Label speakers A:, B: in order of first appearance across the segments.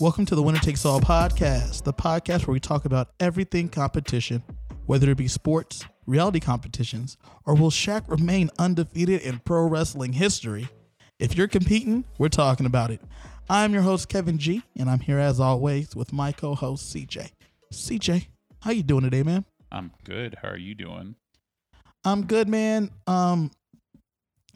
A: Welcome to the Winner Takes All podcast, the podcast where we talk about everything competition, whether it be sports, reality competitions, or will Shaq remain undefeated in pro wrestling history? If you're competing, we're talking about it. I'm your host Kevin G, and I'm here as always with my co-host CJ. CJ, how you doing today, man?
B: I'm good. How are you doing?
A: I'm good, man. Um,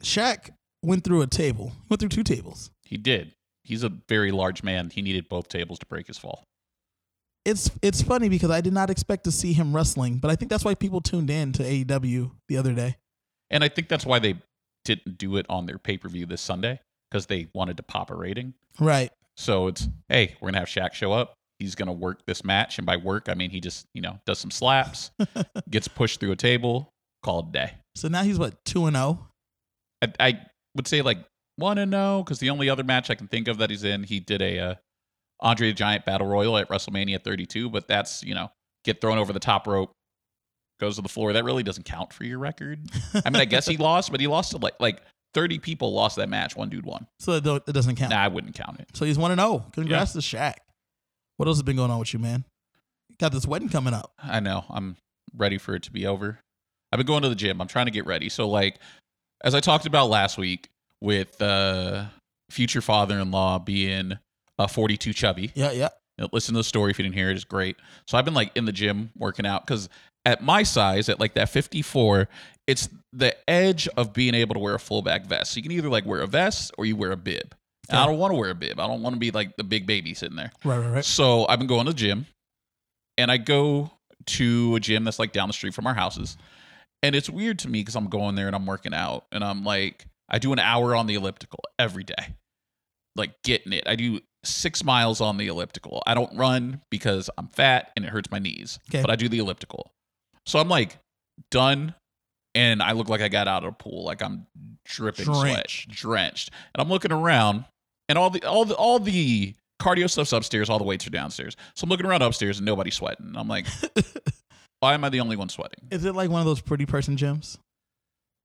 A: Shaq went through a table, went through two tables.
B: He did. He's a very large man. He needed both tables to break his fall.
A: It's it's funny because I did not expect to see him wrestling, but I think that's why people tuned in to AEW the other day.
B: And I think that's why they didn't do it on their pay per view this Sunday because they wanted to pop a rating.
A: Right.
B: So it's, hey, we're going to have Shaq show up. He's going to work this match. And by work, I mean he just, you know, does some slaps, gets pushed through a table, called a day.
A: So now he's what two and oh? zero.
B: I, I would say like one and no because the only other match I can think of that he's in, he did a uh, Andre the Giant Battle Royal at WrestleMania 32, but that's you know get thrown over the top rope, goes to the floor. That really doesn't count for your record. I mean, I guess he lost, but he lost to like like 30 people lost that match. One dude won.
A: So it, don't- it doesn't count.
B: Nah, I wouldn't count it.
A: So he's one and zero. Congrats to Shaq. What else has been going on with you, man? Got this wedding coming up.
B: I know. I'm ready for it to be over. I've been going to the gym. I'm trying to get ready. So like as I talked about last week with uh future father-in-law being uh 42 chubby.
A: Yeah, yeah.
B: You know, listen to the story if you didn't hear it. It's great. So I've been like in the gym working out because at my size, at like that 54, it's the edge of being able to wear a fullback vest. So you can either like wear a vest or you wear a bib. And I
A: Yeah.
B: don't want to wear a bib. I don't want to be like the big baby sitting there.
A: Right, right, right.
B: So I've been going to the gym and I go to a gym that's like down the street from our houses. And it's weird to me because I'm going there and I'm working out and I'm like, I do an hour on the elliptical every day, like getting it. I do six miles on the elliptical. I don't run because I'm fat and it hurts my knees,
A: Okay.
B: but I do the elliptical. So I'm like done and I look like I got out of a pool, like I'm dripping
A: Drenched.
B: sweat, drenched. And I'm looking around and all the all the all the cardio stuff's upstairs, all the weights are downstairs. So I'm looking around upstairs and nobody's sweating. And I'm like, why am I the only one sweating?
A: Is it like one of those pretty person gyms?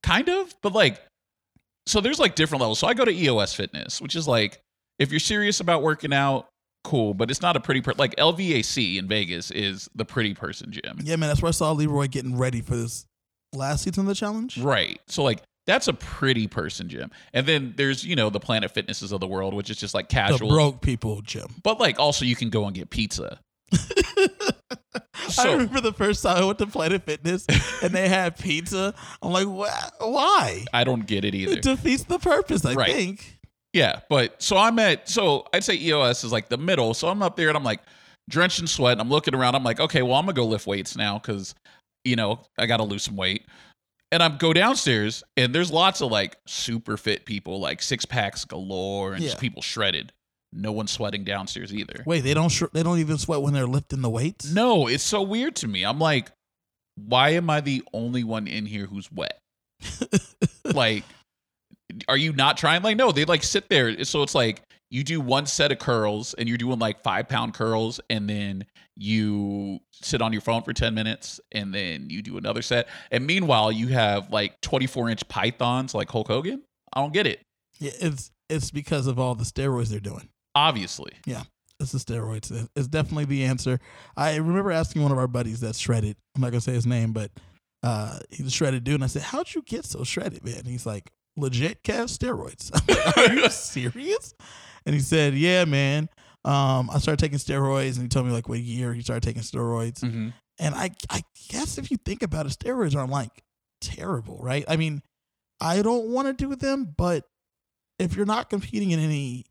B: Kind of, but like, so there's like different levels. So I go to EOS Fitness, which is like, if you're serious about working out, cool, but it's not a pretty per like LVAC in Vegas is the pretty person gym.
A: Yeah, man. That's where I saw Leroy getting ready for this last season of the challenge.
B: Right. So like that's a pretty person gym. And then there's, you know, the Planet Fitnesses of the world, which is just like
A: The
B: casual.
A: broke people gym.
B: but like also you can go and get pizza.
A: I
B: So
A: remember the first time I went to Planet Fitness and they had pizza. I'm like, "Wha- why?
B: I don't get it either.
A: It defeats the purpose, I
B: Right.
A: think.
B: Yeah, but so I'm at so I'd say EOS is like the middle. So I'm up there and I'm like drenched in sweat. And I'm looking around. I'm like, okay, well I'm gonna go lift weights now because you know I gotta lose some weight. And I'm go downstairs and there's lots of like super fit people, like six packs galore, and just
A: Yeah.
B: people shredded. No one's sweating downstairs either.
A: Wait, they don't sh- they don't even sweat when they're lifting the weights.
B: No, it's so weird to me. I'm like, why am I the only one in here who's wet? like, are you not trying? Like, no, they like sit there. So it's like you do one set of curls and you're doing like five pound curls, and then you sit on your phone for 10 minutes and then you do another set. And meanwhile, you have like 24 inch pythons like Hulk Hogan. I don't get it,
A: Yeah, it's it's because of all the steroids they're doing.
B: obviously.
A: It's the steroids. It's definitely the answer. I remember asking one of our buddies that's shredded. I'm not gonna say his name, but uh, he's a shredded dude. And I said, "How'd you get so shredded, man?" And he's like, "Legit, Kev, steroids." I'm like, Are you serious? And he said, "Yeah, man. Um, I started taking steroids." And he told me like what year he started taking steroids.
B: Mhm.
A: And I, I guess if you think about it, steroids aren't like terrible, right? I mean, I don't want to do them, but if you're not competing in any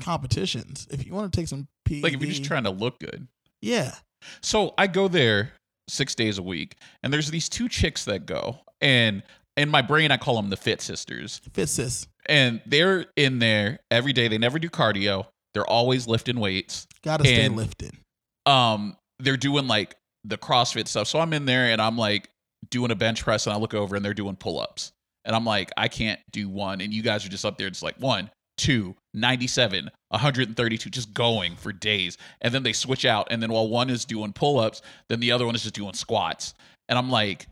A: competitions, if you want to take some PED,
B: Like, if you're just trying to look good.
A: yeah,
B: So I go there six days a week, and there's these two chicks that go, and in my brain I call them the fit sisters,
A: fit sis,
B: and they're in there every day. They never do cardio. They're always lifting weights.
A: gotta stay
B: And-
A: lifting.
B: Um, they're doing like the CrossFit stuff. So I'm in there and I'm like doing a bench press, and I look over and they're doing pull ups, and I'm like, I can't do one, and you guys are just up there, just like one. Two, 97, 132, just going for days. And then they switch out. And then while one is doing pull ups, then the other one is just doing squats. And I'm like,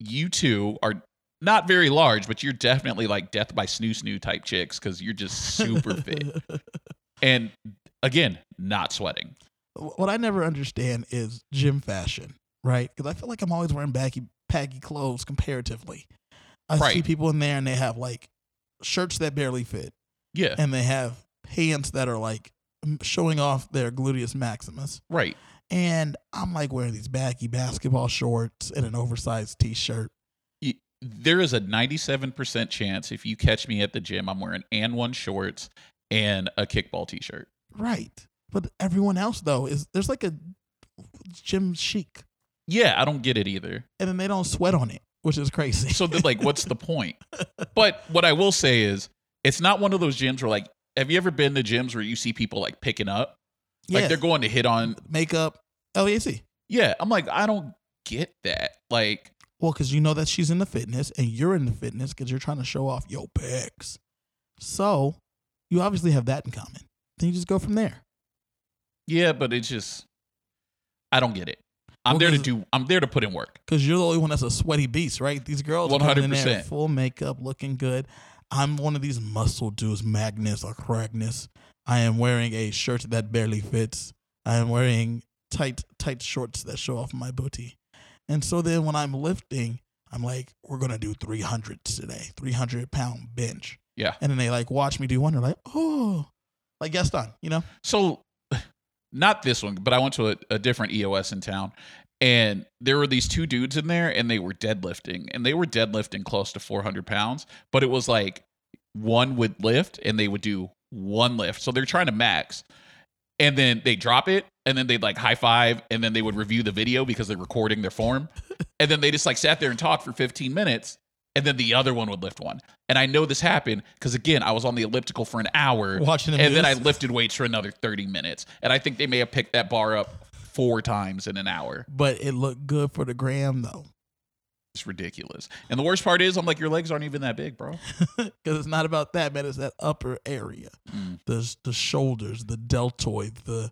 B: you two are not very large, but you're definitely like death by snoo snoo type chicks because you're just super fit. And Again, not sweating.
A: Wh- What I never understand is gym fashion, right? Because I feel like I'm always wearing baggy, baggy clothes comparatively. I see
B: Right.
A: people in there and they have like shirts that barely fit,
B: Yeah,
A: and they have pants that are like m- showing off their gluteus maximus.
B: right.
A: And I'm like wearing these baggy basketball shorts and an oversized t-shirt.
B: There is a 97% chance if you catch me at the gym, I'm wearing and one shorts and a kickball t shirt.
A: Right. But everyone else though is there's like a gym chic
B: Yeah, I don't get it either.
A: and then they don't sweat on it, which is crazy.
B: So then like what's the point? But what I will say is it's not one of those gyms where like have you ever been to gyms where you see people like picking up?
A: yeah,
B: Like they're going to hit on
A: makeup, E LAC.
B: Yeah, I'm like I don't get that. Like
A: Well, because you know that she's in the fitness and you're in the fitness because you're trying to show off your pecs. So you obviously have that in common. Then you just go from there.
B: yeah, but it's just I don't get it. I'm
A: Well,
B: there to
A: 'cause-
B: do I'm there to put in work.
A: Because you're the only one that's a sweaty beast, right? These girls are coming in there
B: 100%.
A: full makeup, looking good. I'm one of these muscle dudes, Magnus or Cragnus. I am wearing a shirt that barely fits. I am wearing tight, tight shorts that show off my booty. And so then when I'm lifting, I'm like, we're going to do 300 today, 300 pound bench.
B: Yeah.
A: And then they like watch me do one. They're like, oh, like Gaston, you know?
B: So not this one, but I went to a, a different EOS in town and there were these two dudes in there and they were deadlifting and they were deadlifting close to 400 pounds, but it was like one would lift and they would do one lift. So they're trying to max and then they drop it and then they'd like high five and then they would review the video because they're recording their form. and then they just like sat there and talked for 15 minutes and then the other one would lift one. And I know this happened because again, I was on the elliptical for an hour
A: Watching them
B: and
A: do
B: then I
A: this.
B: lifted weights for another 30 minutes. And I think they may have picked that bar up four times in an hour.
A: But it looked good for the gram though,
B: It's ridiculous. And the worst part is, I'm like, your legs aren't even that big, bro.
A: because it's not about that, man. It's that upper area.
B: Mm.
A: the the shoulders, the deltoid, the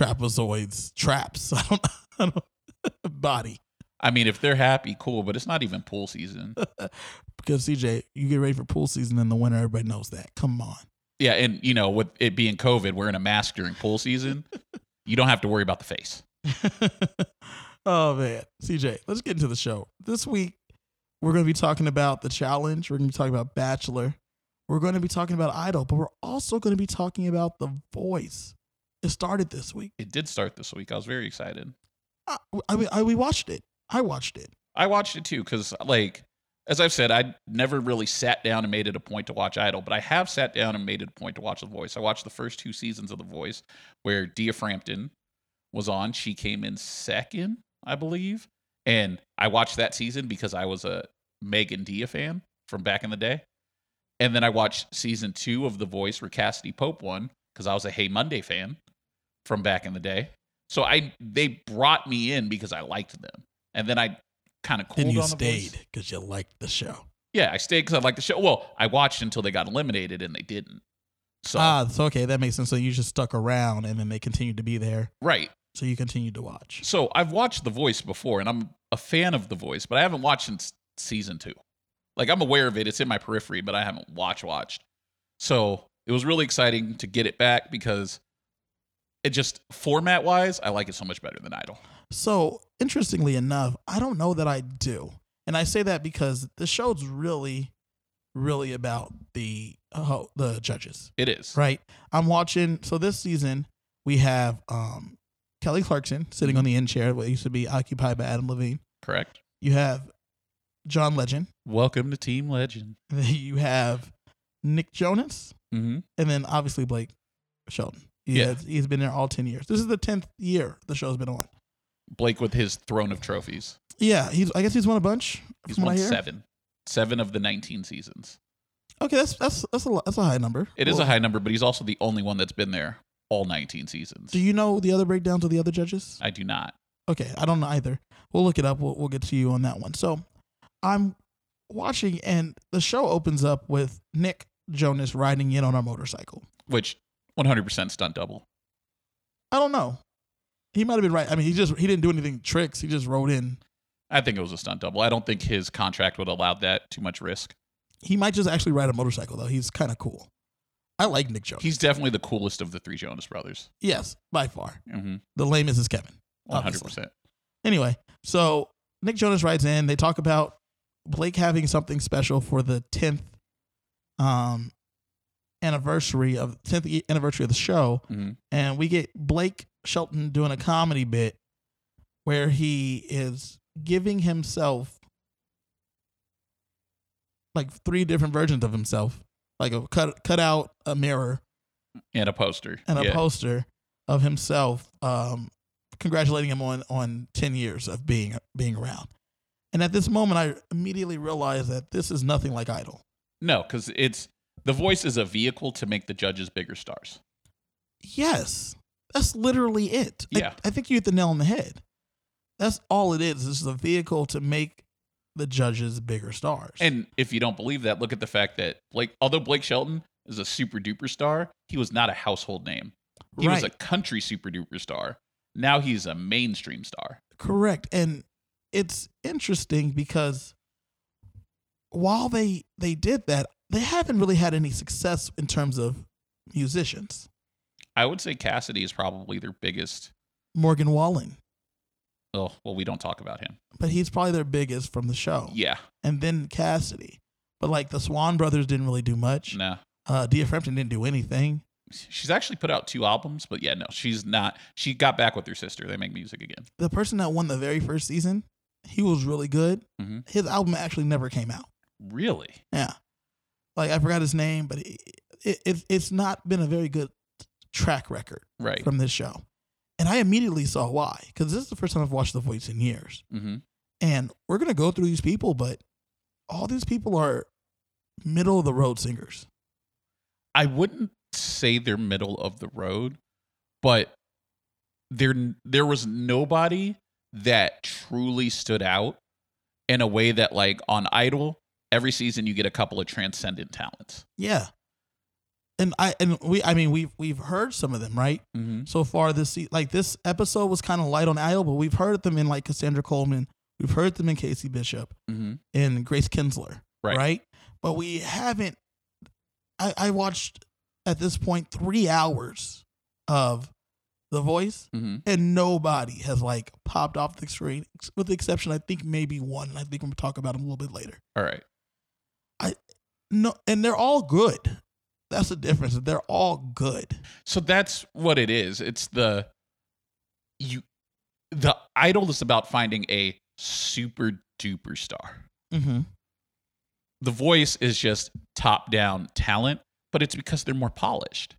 A: trapezoids, traps. I don't, I don't body.
B: I mean, if they're happy, cool, but it's not even pool season.
A: Because CJ, you get ready for pool season in the winter. Everybody knows that. Come on,
B: yeah. And, you know, with it being COVID, wearing a mask during pool season, you don't have to worry about the face.
A: oh man, CJ, let's get into the show. This week we're going to be talking about the challenge. We're going to be talking about Bachelor. We're going to be talking about Idol, but we're also going to be talking about The Voice. It started this week.
B: It did start this week. I was very excited.
A: I, I, I we watched it. I watched it.
B: I watched it too, because, like, as I've said, I never really sat down and made it a point to watch Idol, but I have sat down and made it a point to watch The Voice. I watched the first two seasons of The Voice, where Dia Frampton was on. She came in second, I believe. And I watched that season because I was a Megan Dia fan from back in the day. And then I watched season two of The Voice, where Cassidy Pope won, because I was a Hey Monday fan from back in the day. So I they brought me in because I liked them. And then I kind of cooled
A: and you
B: on The Voice.
A: stayed because you liked the show.
B: Yeah, I stayed because I liked the show. Well, I watched until they got eliminated and they didn't. So
A: Ah, so okay, that makes sense. So you just stuck around, and then they continued to be there,
B: right.
A: so you continued to watch.
B: So I've watched The Voice before, and I'm a fan of The Voice, but I haven't watched since season two. Like I'm aware of it; it's in my periphery, but I haven't watch watched. So it was really exciting to get it back because it just format wise, I like it so much better than Idol.
A: So interestingly enough, I don't know that I do, and I say that because the show's really, really about the uh, the judges,
B: It is
A: right? I'm watching. So this season we have um, Kelly Clarkson sitting on the end chair, what used to be occupied by Adam Levine.
B: correct.
A: You have John Legend.
B: Welcome to Team Legend.
A: You have Nick Jonas.
B: Mm-hmm.
A: and then obviously Blake Shelton. He
B: Yeah.
A: has- he's been there all ten years. This is the tenth year the show's been on.
B: Blake with his throne of trophies.
A: Yeah, he's. I guess he's won a bunch.
B: He's
A: from what I
B: won
A: hear.
B: seven, seven of the 19 seasons.
A: Okay, that's that's that's a lo- that's a high number.
B: It is
A: Well,
B: a high number, but he's also the only one that's been there all 19 seasons.
A: Do you know the other breakdowns of the other judges?
B: I do not.
A: Okay, I don't know either. We'll look it up. We'll, we'll get to you on that one. So I'm watching, and the show opens up with Nick Jonas riding in on a motorcycle.
B: which 100% stunt double.
A: I don't know. He might have been right. I mean, he just he didn't do anything tricks. He just rode in.
B: I think it was a stunt double. I don't think his contract would allow that too much risk.
A: He might just actually ride a motorcycle though. He's kind of cool. I like Nick Jonas.
B: He's definitely the coolest of the three Jonas brothers.
A: yes, by far.
B: Mm-hmm.
A: The lamest is Kevin.
B: 100%.
A: obviously. Anyway, so Nick Jonas writes in. They talk about Blake having something special for the tenth um, anniversary of tenth anniversary of the show,
B: Mhm.
A: and we get Blake Shelton doing a comedy bit where he is giving himself like three different versions of himself, like a cut cut out a mirror
B: And a poster.
A: and a
B: yeah.
A: poster of himself um, congratulating him on on 10 years of being being around. And at this moment I immediately realized that this is nothing like Idol.
B: no, because it's the voice is a vehicle to make the judges bigger stars.
A: Yes. That's literally it. I-
B: Yeah.
A: I, think you hit the nail on the head. That's all it is. This is a vehicle to make the judges bigger stars.
B: And if you don't believe that, look at the fact that Blake, although Blake Shelton is a super duper star, he was not a household name. He was a
A: Right.
B: country super duper star. Now he's a mainstream star.
A: Correct. And it's interesting because while they they did that, they haven't really had any success in terms of musicians.
B: I would say Cassidy is probably their biggest.
A: Morgan Wallen,
B: Oh, well, we don't talk about him.
A: but he's probably their biggest from the show.
B: Yeah,
A: And then Cassidy. But like the Swan Brothers didn't really do much.
B: no.
A: Uh, Dia Frampton didn't do anything.
B: She's actually put out two albums, but yeah, no, she's not. She got back with her sister. They make music again.
A: The person that won the very first season, he was really good.
B: Mhm.
A: His album actually never came out.
B: Really?
A: Yeah. Like I forgot his name, but it, it, it, it's not been a very good track record
B: Right.
A: from this show. And I immediately saw why, because this is the first time I've watched The Voice in years.
B: hmm
A: And we're going to go through these people, but all these people are middle of the road singers.
B: I wouldn't say they're middle of the road, but there there was nobody that truly stood out in a way that like on Idol, every season you get a couple of transcendent talents.
A: Yeah. And I and we I mean we've we've heard some of them, right?
B: Mm-hmm.
A: So far this se- like this episode was kind of light on Idol, but we've heard them in like Cassandra Coleman, we've heard them in Casey Bishop
B: Mm-hmm.
A: and Grace Kinsler,
B: Right.
A: But we haven't I I watched at this point 3 hours of The Voice
B: Mm-hmm.
A: and nobody has like popped off the screen ex- with the exception i think maybe one and i think we're gonna talk about him a little bit later
B: All right.
A: no and they're all good that's the difference they're all good
B: So that's what it is. It's the you the idol is about finding a super duper star.
A: mm-hmm.
B: The voice is just top down talent, but it's because they're more polished.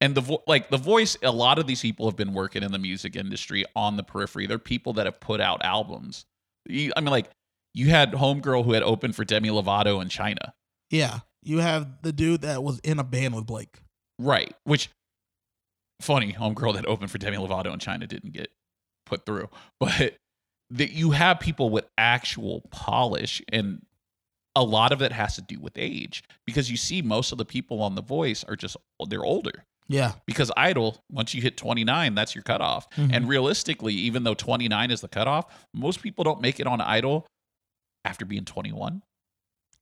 B: And the vo- like the voice a lot of these people have been working in the music industry on the periphery. They're people that have put out albums. You, I mean like you had homegirl who had opened for Demi Lovato in China.
A: yeah you have the dude that was in a band with blake
B: Right. Which funny, homegirl that opened for Demi Lovato in China didn't get put through. But that you have people with actual polish and a lot of it has to do with age because you see most of the people on the voice are just they're older
A: yeah
B: because idol once you hit 29 that's your cutoff
A: Mm-hmm.
B: and realistically even though 29 is the cutoff most people don't make it on idol after being 21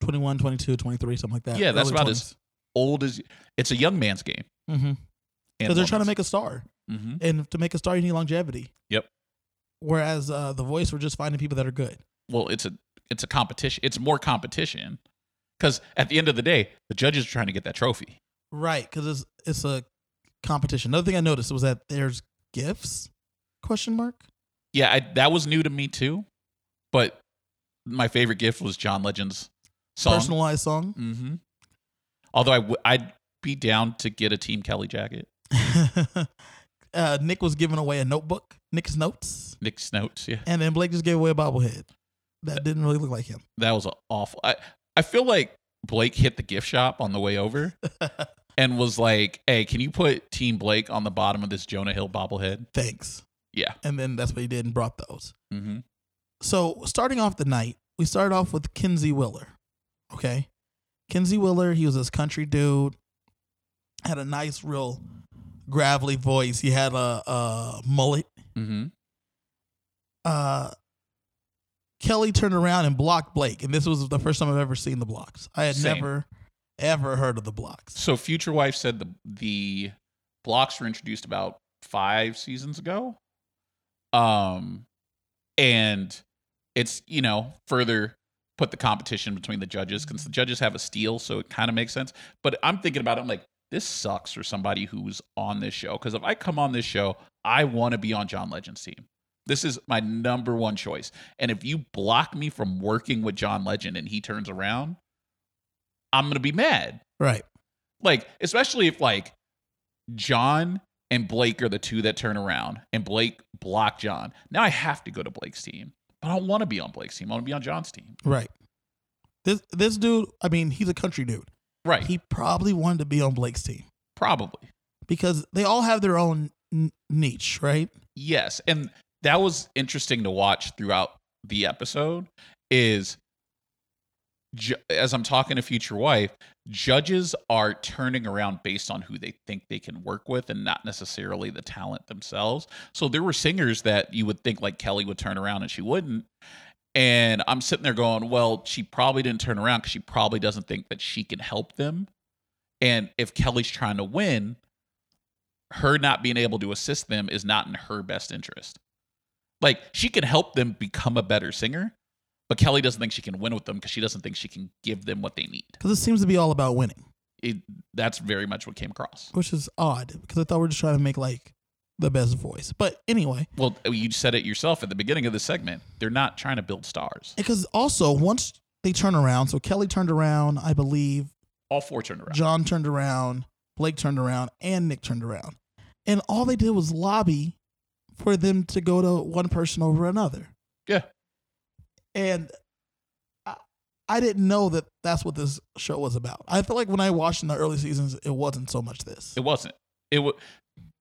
A: 21 22 23 something like that
B: Yeah, that's about as- old as it's a young man's game
A: because Mm-hmm. they're trying to make a star
B: mm-hmm.
A: and to make a star you need longevity
B: Yep.
A: whereas uh, the voice we're just finding people that are good
B: well it's a it's a competition it's more competition because at the end of the day the judges are trying to get that trophy
A: Right, because it's it's a competition. Another thing I noticed was that there's gifts? Question mark.
B: yeah I, that was new to me too but my favorite gift was john legend's song
A: Personalized song.
B: mm-hmm. although I w- i'd be down to get a team kelly jacket
A: uh, Nick was giving away a notebook, Nick's notes,
B: nick snouts yeah
A: and then Blake just gave away a bobblehead that didn't really look like him.
B: that was a awful i i feel like blake hit the gift shop on the way over and was like hey can you put team blake on the bottom of this jonah hill bobblehead
A: Thanks.
B: yeah
A: And then that's what he did and brought those.
B: mm-hmm.
A: So starting off the night, we started off with Kinsey Willer. Okay. Kinsey Willer, he was this country dude, had a nice, real gravelly voice. He had a, a mullet.
B: Mm-hmm.
A: uh, Kelly turned around and blocked Blake, and this was the first time I've ever seen the blocks. I had
B: Same.
A: never, ever heard of the blocks.
B: So Future Wife said the the blocks were introduced about five seasons ago. Um and it's, you know, further put the competition between the judges because the judges have a steal, so it kind of makes sense. But I'm thinking about it, I'm like, this sucks for somebody who's on this show. Because if I come on this show, I want to be on John Legend's team. This is my number one choice. And if you block me from working with John Legend and he turns around, I'm going to be mad.
A: Right.
B: Like, especially if like John and Blake are the two that turn around and Blake blocked John. Now I have to go to Blake's team. But I don't want to be on Blake's team. I want to be on John's team.
A: Right. This this dude, I mean, he's a country dude.
B: Right.
A: He probably wanted to be on Blake's team
B: Probably.
A: because they all have their own n- niche, right?
B: Yes, and that was interesting to watch throughout the episode. Is ju- as I'm talking to future wife, judges are turning around based on who they think they can work with, and not necessarily the talent themselves. So there were singers that you would think like Kelly would turn around, and she wouldn't. And I'm sitting there going, well, she probably didn't turn around because she probably doesn't think that she can help them. And if Kelly's trying to win, her not being able to assist them is not in her best interest. Like she can help them become a better singer, but Kelly doesn't think she can win with them because she doesn't think she can give them what they need.
A: Because it seems to be all about winning,
B: It, that's very much what came across.
A: which is odd because I thought we are just trying to make like the best voice. But anyway,
B: Well, you said it yourself at the beginning of the segment. They're not trying to build stars.
A: because also once they turn around, so Kelly turned around, I believe,
B: All four turned around.
A: John turned around, Blake turned around, and Nick turned around. And all they did was lobby for them to go to one person over another.
B: Yeah.
A: And I, I didn't know that that's what this show was about. I feel like when I watched in the early seasons, it wasn't so much this.
B: It wasn't. It was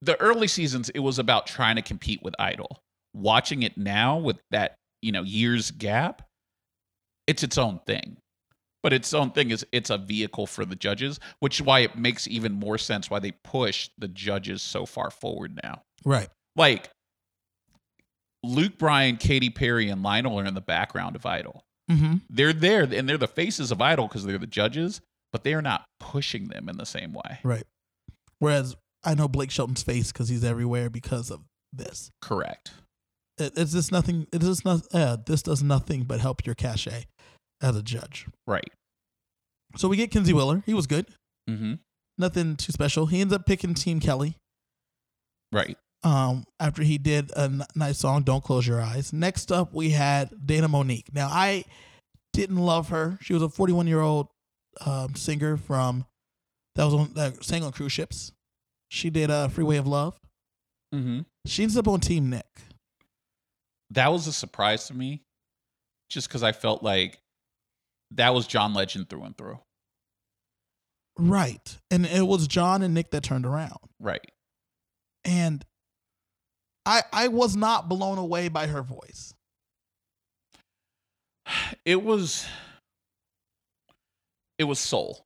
B: the early seasons. It was about trying to compete with Idol. Watching it now with that you know years gap, it's its own thing. But its own thing is it's a vehicle for the judges, which is why it makes even more sense why they push the judges so far forward now.
A: Right.
B: Like Luke Bryan, Katy Perry, and Lionel are in the background of Idol.
A: Mm-hmm.
B: They're there and they're the faces of Idol because they're the judges, but they are not pushing them in the same way.
A: Right. Whereas I know Blake Shelton's face because he's everywhere because of this.
B: Correct.
A: It, it's just nothing. It is not. Uh, this does nothing but help your cachet as a judge.
B: Right.
A: So we get Kinsey Willer. He was good.
B: Mm-hmm.
A: nothing too special. He ends up picking Team Kelly
B: Right.
A: um, after he did a n- nice song, Don't Close Your Eyes. Next up, we had Dana Monique. Now, I didn't love her. She was a 41 year old um, singer from that was on that sang on cruise ships. She did uh, Freeway of Love.
B: Mm-hmm.
A: She ends up on Team Nick.
B: That was a surprise to me, just because I felt like that was John Legend through and through.
A: Right. And it was John and Nick that turned around.
B: Right.
A: And I I was not blown away by her voice.
B: It was. It was soul.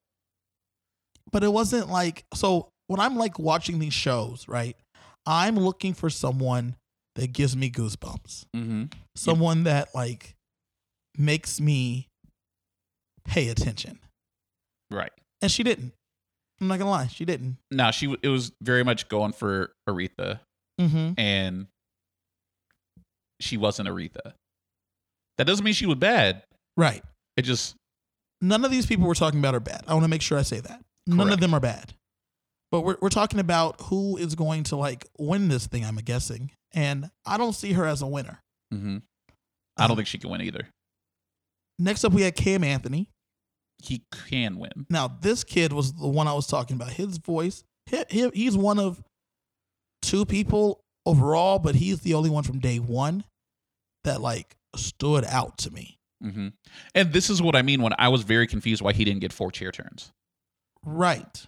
A: but it wasn't like so when i'm like watching these shows right i'm looking for someone that gives me goosebumps
B: Mm-hmm.
A: someone that like makes me pay attention
B: Right.
A: and she didn't i'm not gonna lie she didn't
B: Now she. w- It was very much going for Aretha,
A: mm-hmm
B: and she wasn't Aretha. That doesn't mean she was bad.
A: right
B: It just
A: none of these people we're talking about are bad i want to make sure i say that none of
B: Correct.
A: them are bad but we're, we're talking about who is going to like win this thing i'm guessing and i don't see her as a winner
B: mhm. I don't think she can win either.
A: next up we had cam anthony
B: He can win.
A: Now, this kid was the one I was talking about. His voice, he, he, he's one of two people overall, but he's the only one from day one that like stood out to me.
B: Mm-hmm. And this is what I mean when I was very confused why he didn't get four chair turns.
A: Right.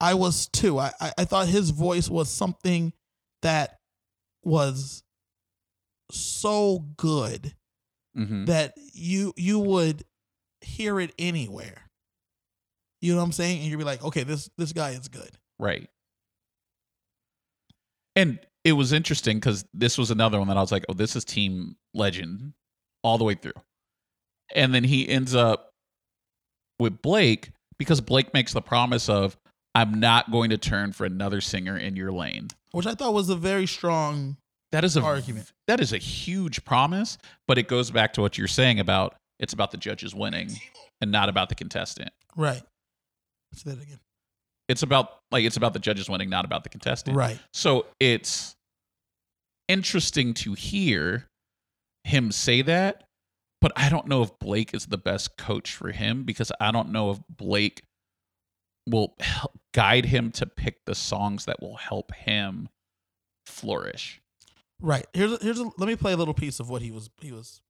A: I was too. I, I, I thought his voice was something that was so good
B: Mm-hmm.
A: that you you would hear it anywhere. You know what I'm saying? And you'd be like, okay, this this guy is good.
B: Right. And it was interesting because this was another one that I was like, oh, this is Team Legend all the way through. And then he ends up with Blake, because Blake makes the promise of I'm not going to turn for another singer in your lane.
A: which I thought was a very strong
B: That is a
A: argument.
B: that is a huge promise, but it goes back to what you're saying about it's about the judges winning and not about the contestant.
A: Right. Say that again.
B: It's about like it's about the judges winning, not about the contestant.
A: Right.
B: So it's interesting to hear him say that, but I don't know if Blake is the best coach for him because I don't know if Blake will help guide him to pick the songs that will help him flourish.
A: Right. Here's a, here's a, let me play a little piece of what he was he was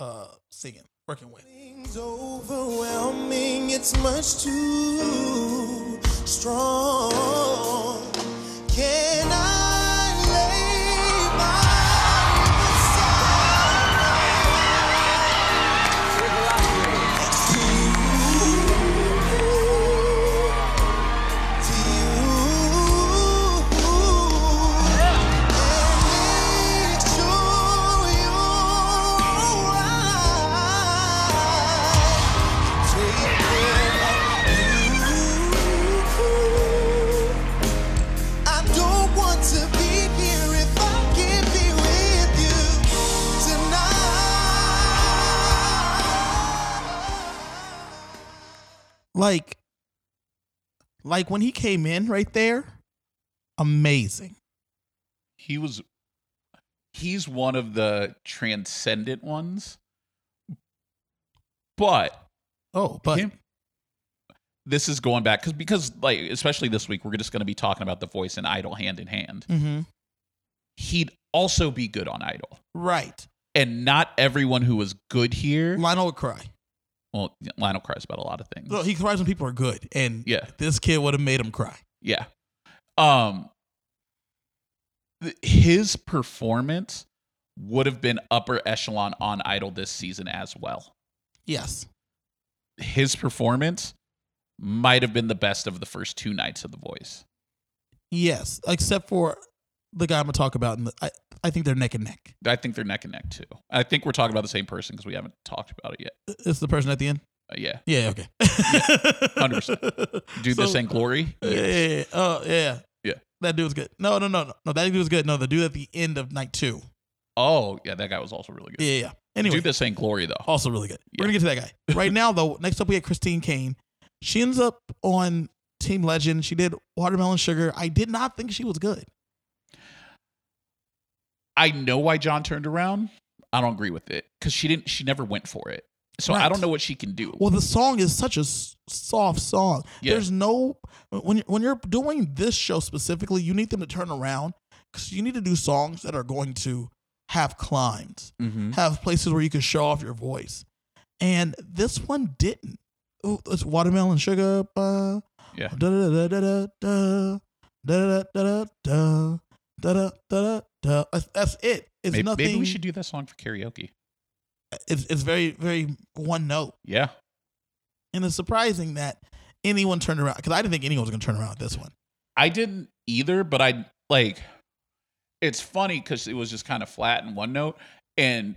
A: uh singing, working with.
C: Things overwhelming, it's much too strong. Can I lay my to you? To you.
A: Like like when he came in right there, amazing.
B: He was he's one of the transcendent ones. But
A: Oh, but
B: Him- this is going back because because like especially this week we're just going to be talking about the voice and idol hand in hand
A: hmm
B: he'd also be good on idol
A: right.
B: and not everyone who was good here
A: Lionel would cry.
B: well lionel cries about a lot of things
A: Look, he cries when people are good, and
B: yeah
A: this kid would have made him cry.
B: yeah um th- his performance would have been upper echelon on idol this season as well
A: Yes.
B: his performance might have been the best of the first two nights of the voice
A: Yes, except for the guy I'm gonna talk about. In the, I I think they're neck and neck.
B: i think they're neck and neck too i think we're talking about the same person because we haven't talked about it yet
A: It's the person at the end.
B: Uh, yeah.
A: Yeah. Okay.
B: 100%. Dude, this
A: So-
B: ain't glory.
A: Yeah, yeah, yeah. Oh, yeah.
B: Yeah.
A: That dude was good. No, no, no, no. No, that dude was good. No, the dude at the end of night two.
B: Oh, yeah, that guy was also really good.
A: Yeah, yeah, yeah. Anyway, Oh.
B: Dude, this ain't glory though.
A: also really good. We're going to get to that guy. Right now, though, next up we had Christine Kane. She ends up on Team Legend. She did Watermelon Sugar. I did not think she was good.
B: I know why John turned around. I don't agree with it because she didn't. She never went for it. So I
A: Right.
B: don't know what she can do.
A: Well, the song is such a s- soft song.
B: Yeah.
A: There's no when when you're doing this show specifically, you need them to turn around because you need to do songs that are going to have climbs.
B: mm-hmm.
A: have places where you can show off your voice. And this one didn't. Ooh, it's watermelon sugar. Uh,
B: Yeah.
A: Da da da da da da da da da da da da da da da. That's- That's it. It's
B: Maybe,
A: nothing.
B: maybe we should do that song for karaoke.
A: It's, it's very very one note,
B: Yeah,
A: and it's surprising that anyone turned around because I didn't think anyone was going to turn around with this one.
B: I didn't either, but I like. It's funny because it was just kind of flat in one note, and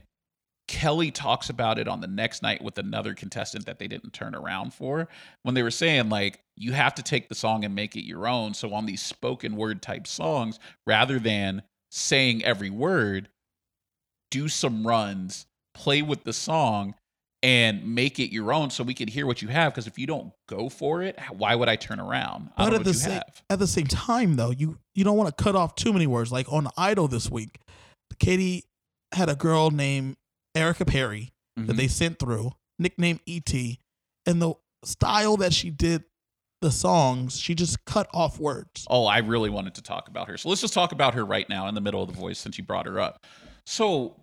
B: Kelly talks about it on the next night with another contestant that they didn't turn around for when they were saying like you have to take the song and make it your own. So on these spoken word type songs, rather than saying every word, do some runs, play with the song. And make it your own so we could hear what you have. Because if you don't go for it, why would I turn around?
A: But
B: I don't know
A: at
B: what
A: the
B: you
A: same-
B: have.
A: At the same time, though, you you don't want to cut off too many words. Like on Idol this week, Katie had a girl named Erica Perry that
B: Mhm.
A: they sent through, nicknamed ET, and the style that she did the songs, she just cut off words.
B: Oh, I really wanted to talk about her. So let's just talk about her right now in the middle of the voice since you brought her up. So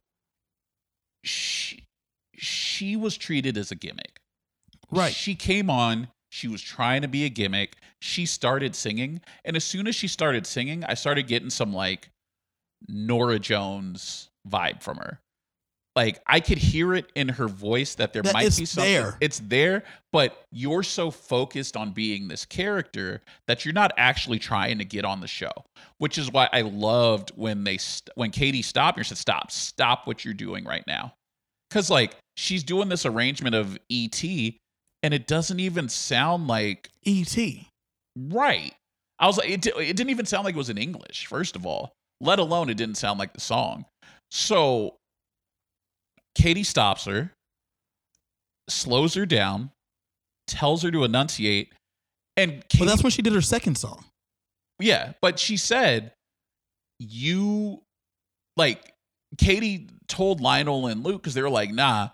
B: she she was treated as a gimmick. Oh,
A: Right.
B: She came on, she was trying to be a gimmick. She started singing, and as soon as she started singing, I started getting some like Nora Jones vibe from her. Like I could hear it in her voice that there
A: That
B: might
A: it's
B: be something.
A: there.
B: It's there, but you're so focused on being this character that you're not actually trying to get on the show. Which is why I loved when they st- when Katie stopped and said, "Stop, stop what you're doing right now," because like she's doing this arrangement of ET, E and it doesn't even sound like
A: E.T.
B: right. I was like, it, di- it didn't even sound like it was in English, first of all, let alone it didn't sound like the song. So Katie stops her, slows her down, tells her to enunciate, and Katie,
A: But that's when she did her second song.
B: yeah, but she said, you like Katie told Lionel and Luke because they were like, nah.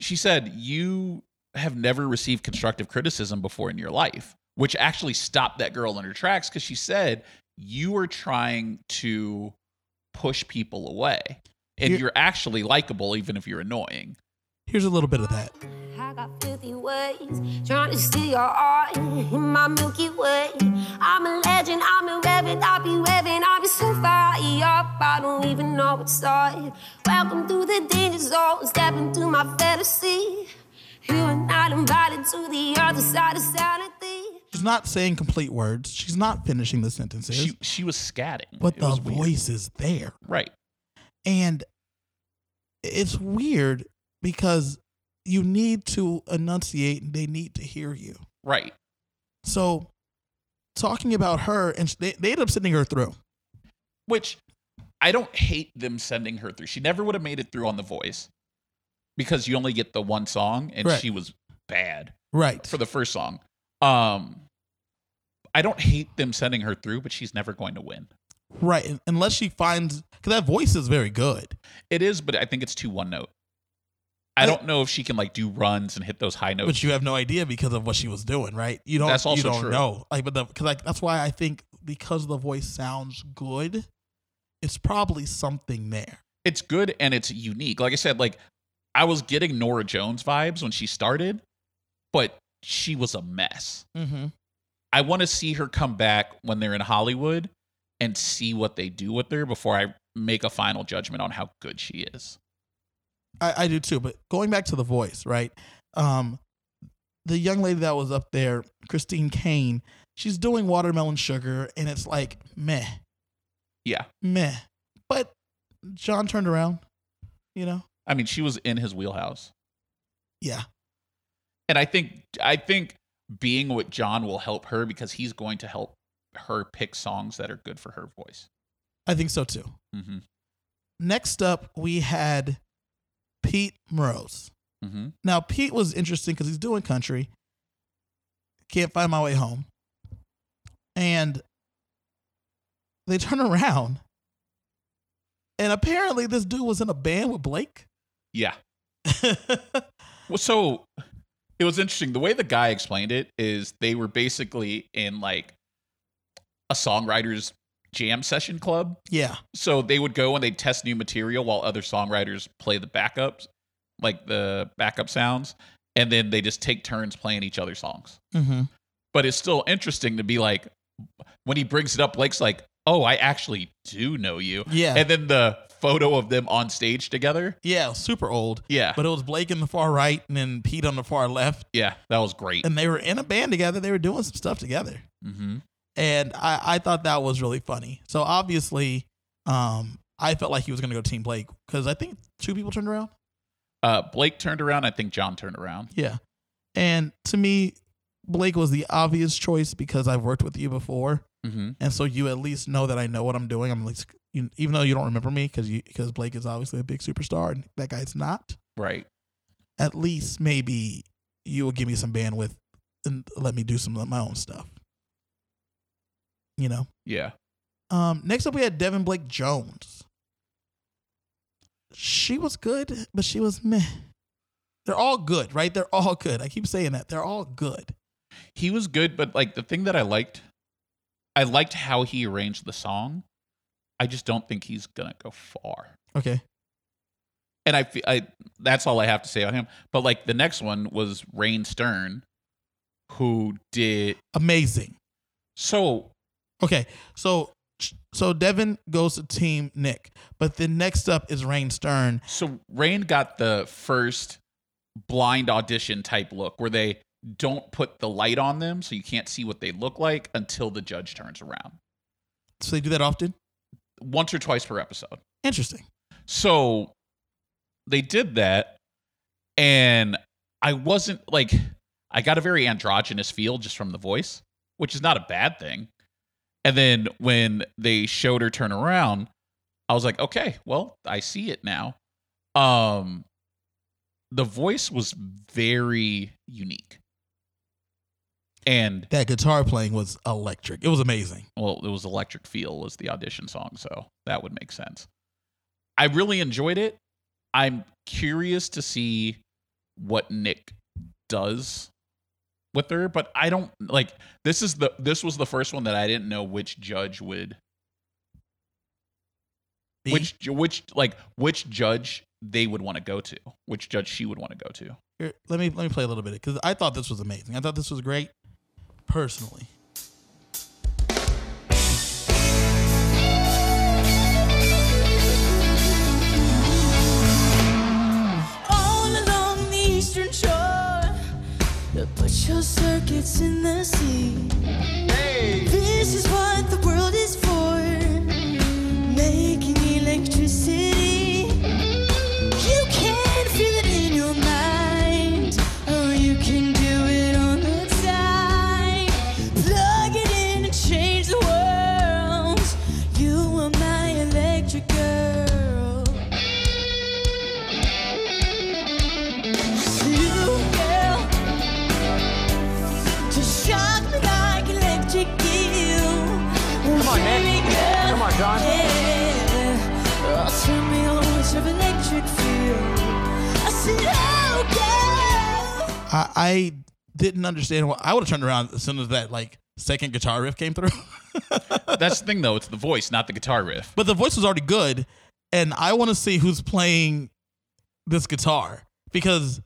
B: She said, you have never received constructive criticism before in your life, which actually stopped that girl in her tracks because she said, you are trying to push people away. And
A: You're-
B: you're actually likable, even if you're annoying.
A: Here's a little bit of that.
D: I got filthy ways, trying to steal your heart in my Milky Way. I'm a legend, I'm a reverend, I'll be revving, I'll be so far up, I don't even know what started. Welcome to the danger zone, step into my fantasy. You are not invited to the other side of sanity.
A: She's not saying complete words. She's not finishing the sentences.
B: She she was scatting.
A: but
B: It
A: the
B: was weird.
A: voice is there.
B: right?
A: And it's weird because you need to enunciate and they need to hear you.
B: Right.
A: So talking about her and sh- they, they end up sending her through.
B: which I don't hate them sending her through. She never would have made it through on The Voice because you only get the one song, and
A: Right.
B: she was bad
A: Right.
B: for the first song. Um, I don't hate them sending her through, but she's never going to win.
A: right. un- Unless she finds, because that voice is very good.
B: It is, but I think it's too one note. I
A: I-
B: don't know if she can like do runs and hit those high notes.
A: But you have no idea because of what she was doing, right? You don't.
B: That's
A: you
B: also
A: don't
B: true.
A: know. Like, but because like that's why I think because the voice sounds good, it's probably something there.
B: it's good and it's unique. Like I said, like I was getting Nora Jones vibes when she started, but she was a mess.
A: Mm-hmm.
B: I want to see her come back when they're in Hollywood and see what they do with her before I make a final judgment on how good she is.
A: I, I do too. But going back to the voice, right? Um, the young lady that was up there, Christine Kane, she's doing watermelon sugar, and it's like meh,
B: Yeah.
A: meh. But John turned around, you know.
B: I mean, she was in his wheelhouse.
A: Yeah,
B: And I think I think being with John will help her because he's going to help her pick songs that are good for her voice.
A: I think so too.
B: Mm-hmm.
A: Next up, we had Pete Mrose.
B: Mm-hmm.
A: Now Pete was interesting because he's doing country. Can't find my way home. And they turn around. And apparently this dude was in a band with Blake.
B: Yeah. Well, so it was interesting. The way the guy explained it is they were basically in like a songwriter's jam session club.
A: yeah.
B: so they would go and they'd test new material while other songwriters play the backups like the backup sounds and then they just take turns playing each other's songs
A: Mm-hmm.
B: but it's still interesting to be like when he brings it up blake's like oh i actually do know you
A: Yeah.
B: and then the photo of them on stage together
A: yeah, super old.
B: yeah
A: But it was Blake in the far right and then Pete on the far left.
B: yeah that was great
A: And they were in a band together. They were doing some stuff together.
B: hmm
A: And I, I thought that was really funny. So obviously, um, I felt like he was gonna go team Blake because I think two people turned around.
B: uh, blake turned around i think john turned around
A: Yeah. And to me, Blake was the obvious choice because I've worked with you before.
B: mm-hmm.
A: And so you at least know that I know what I'm doing. I'm like, you, even though you don't remember me because because Blake is obviously a big superstar and that guy's not,
B: right
A: at least maybe you will give me some bandwidth and let me do some of my own stuff. You know?
B: yeah
A: Um, next up, we had Devin Blake Jones. She was good, but she was meh. They're all good, right? They're all good. I keep saying that. They're all good.
B: he was good, but like the thing that I liked, I liked how he arranged the song. I just don't think he's gonna go far,
A: Okay.
B: and I, fe- I that's all I have to say on him. But like the next one was Rain Stern, who did
A: Amazing.
B: so
A: Okay. So, so Devin goes to Team Nick, but then next up is Rain Stern.
B: so. Rain got the first blind audition type look where they don't put the light on them, so you can't see what they look like until the judge turns around
A: So they do that often?
B: once or twice per episode.
A: Interesting.
B: So they did that, and I wasn't like, I got a very androgynous feel just from the voice, which is not a bad thing. And then when they showed her turn around, I was like, okay, well, I see it now. Um, the voice was very unique. And
A: That guitar playing was electric. It was amazing.
B: well, it was Electric Feel was the audition song, so that would make sense. I really enjoyed it. I'm curious to see what Nick does with her, but I don't like this is the this was the first one that I didn't know which judge would
A: B,
B: which which like which judge they would want to go to, which judge she would want to go to.
A: here, let me let me play a little bit because I thought this was amazing. I thought this was great, personally.
E: all along the eastern shore. But put your circuits in the sea. This is what the world is for. Making electricity. You can feel it in your mind. Or you can do it on the side. Plug it in and change the world. You are my electric girl. Come on, Nick. Come on, John. Yeah. Oh, turn me on with your electric feel. I said, oh, girl.
A: I, I didn't understand what I would have turned around as soon as that like second guitar riff came through.
B: That's the thing though, it's the voice, not the guitar riff.
A: but the voice was already good, and I want to see who's playing this guitar because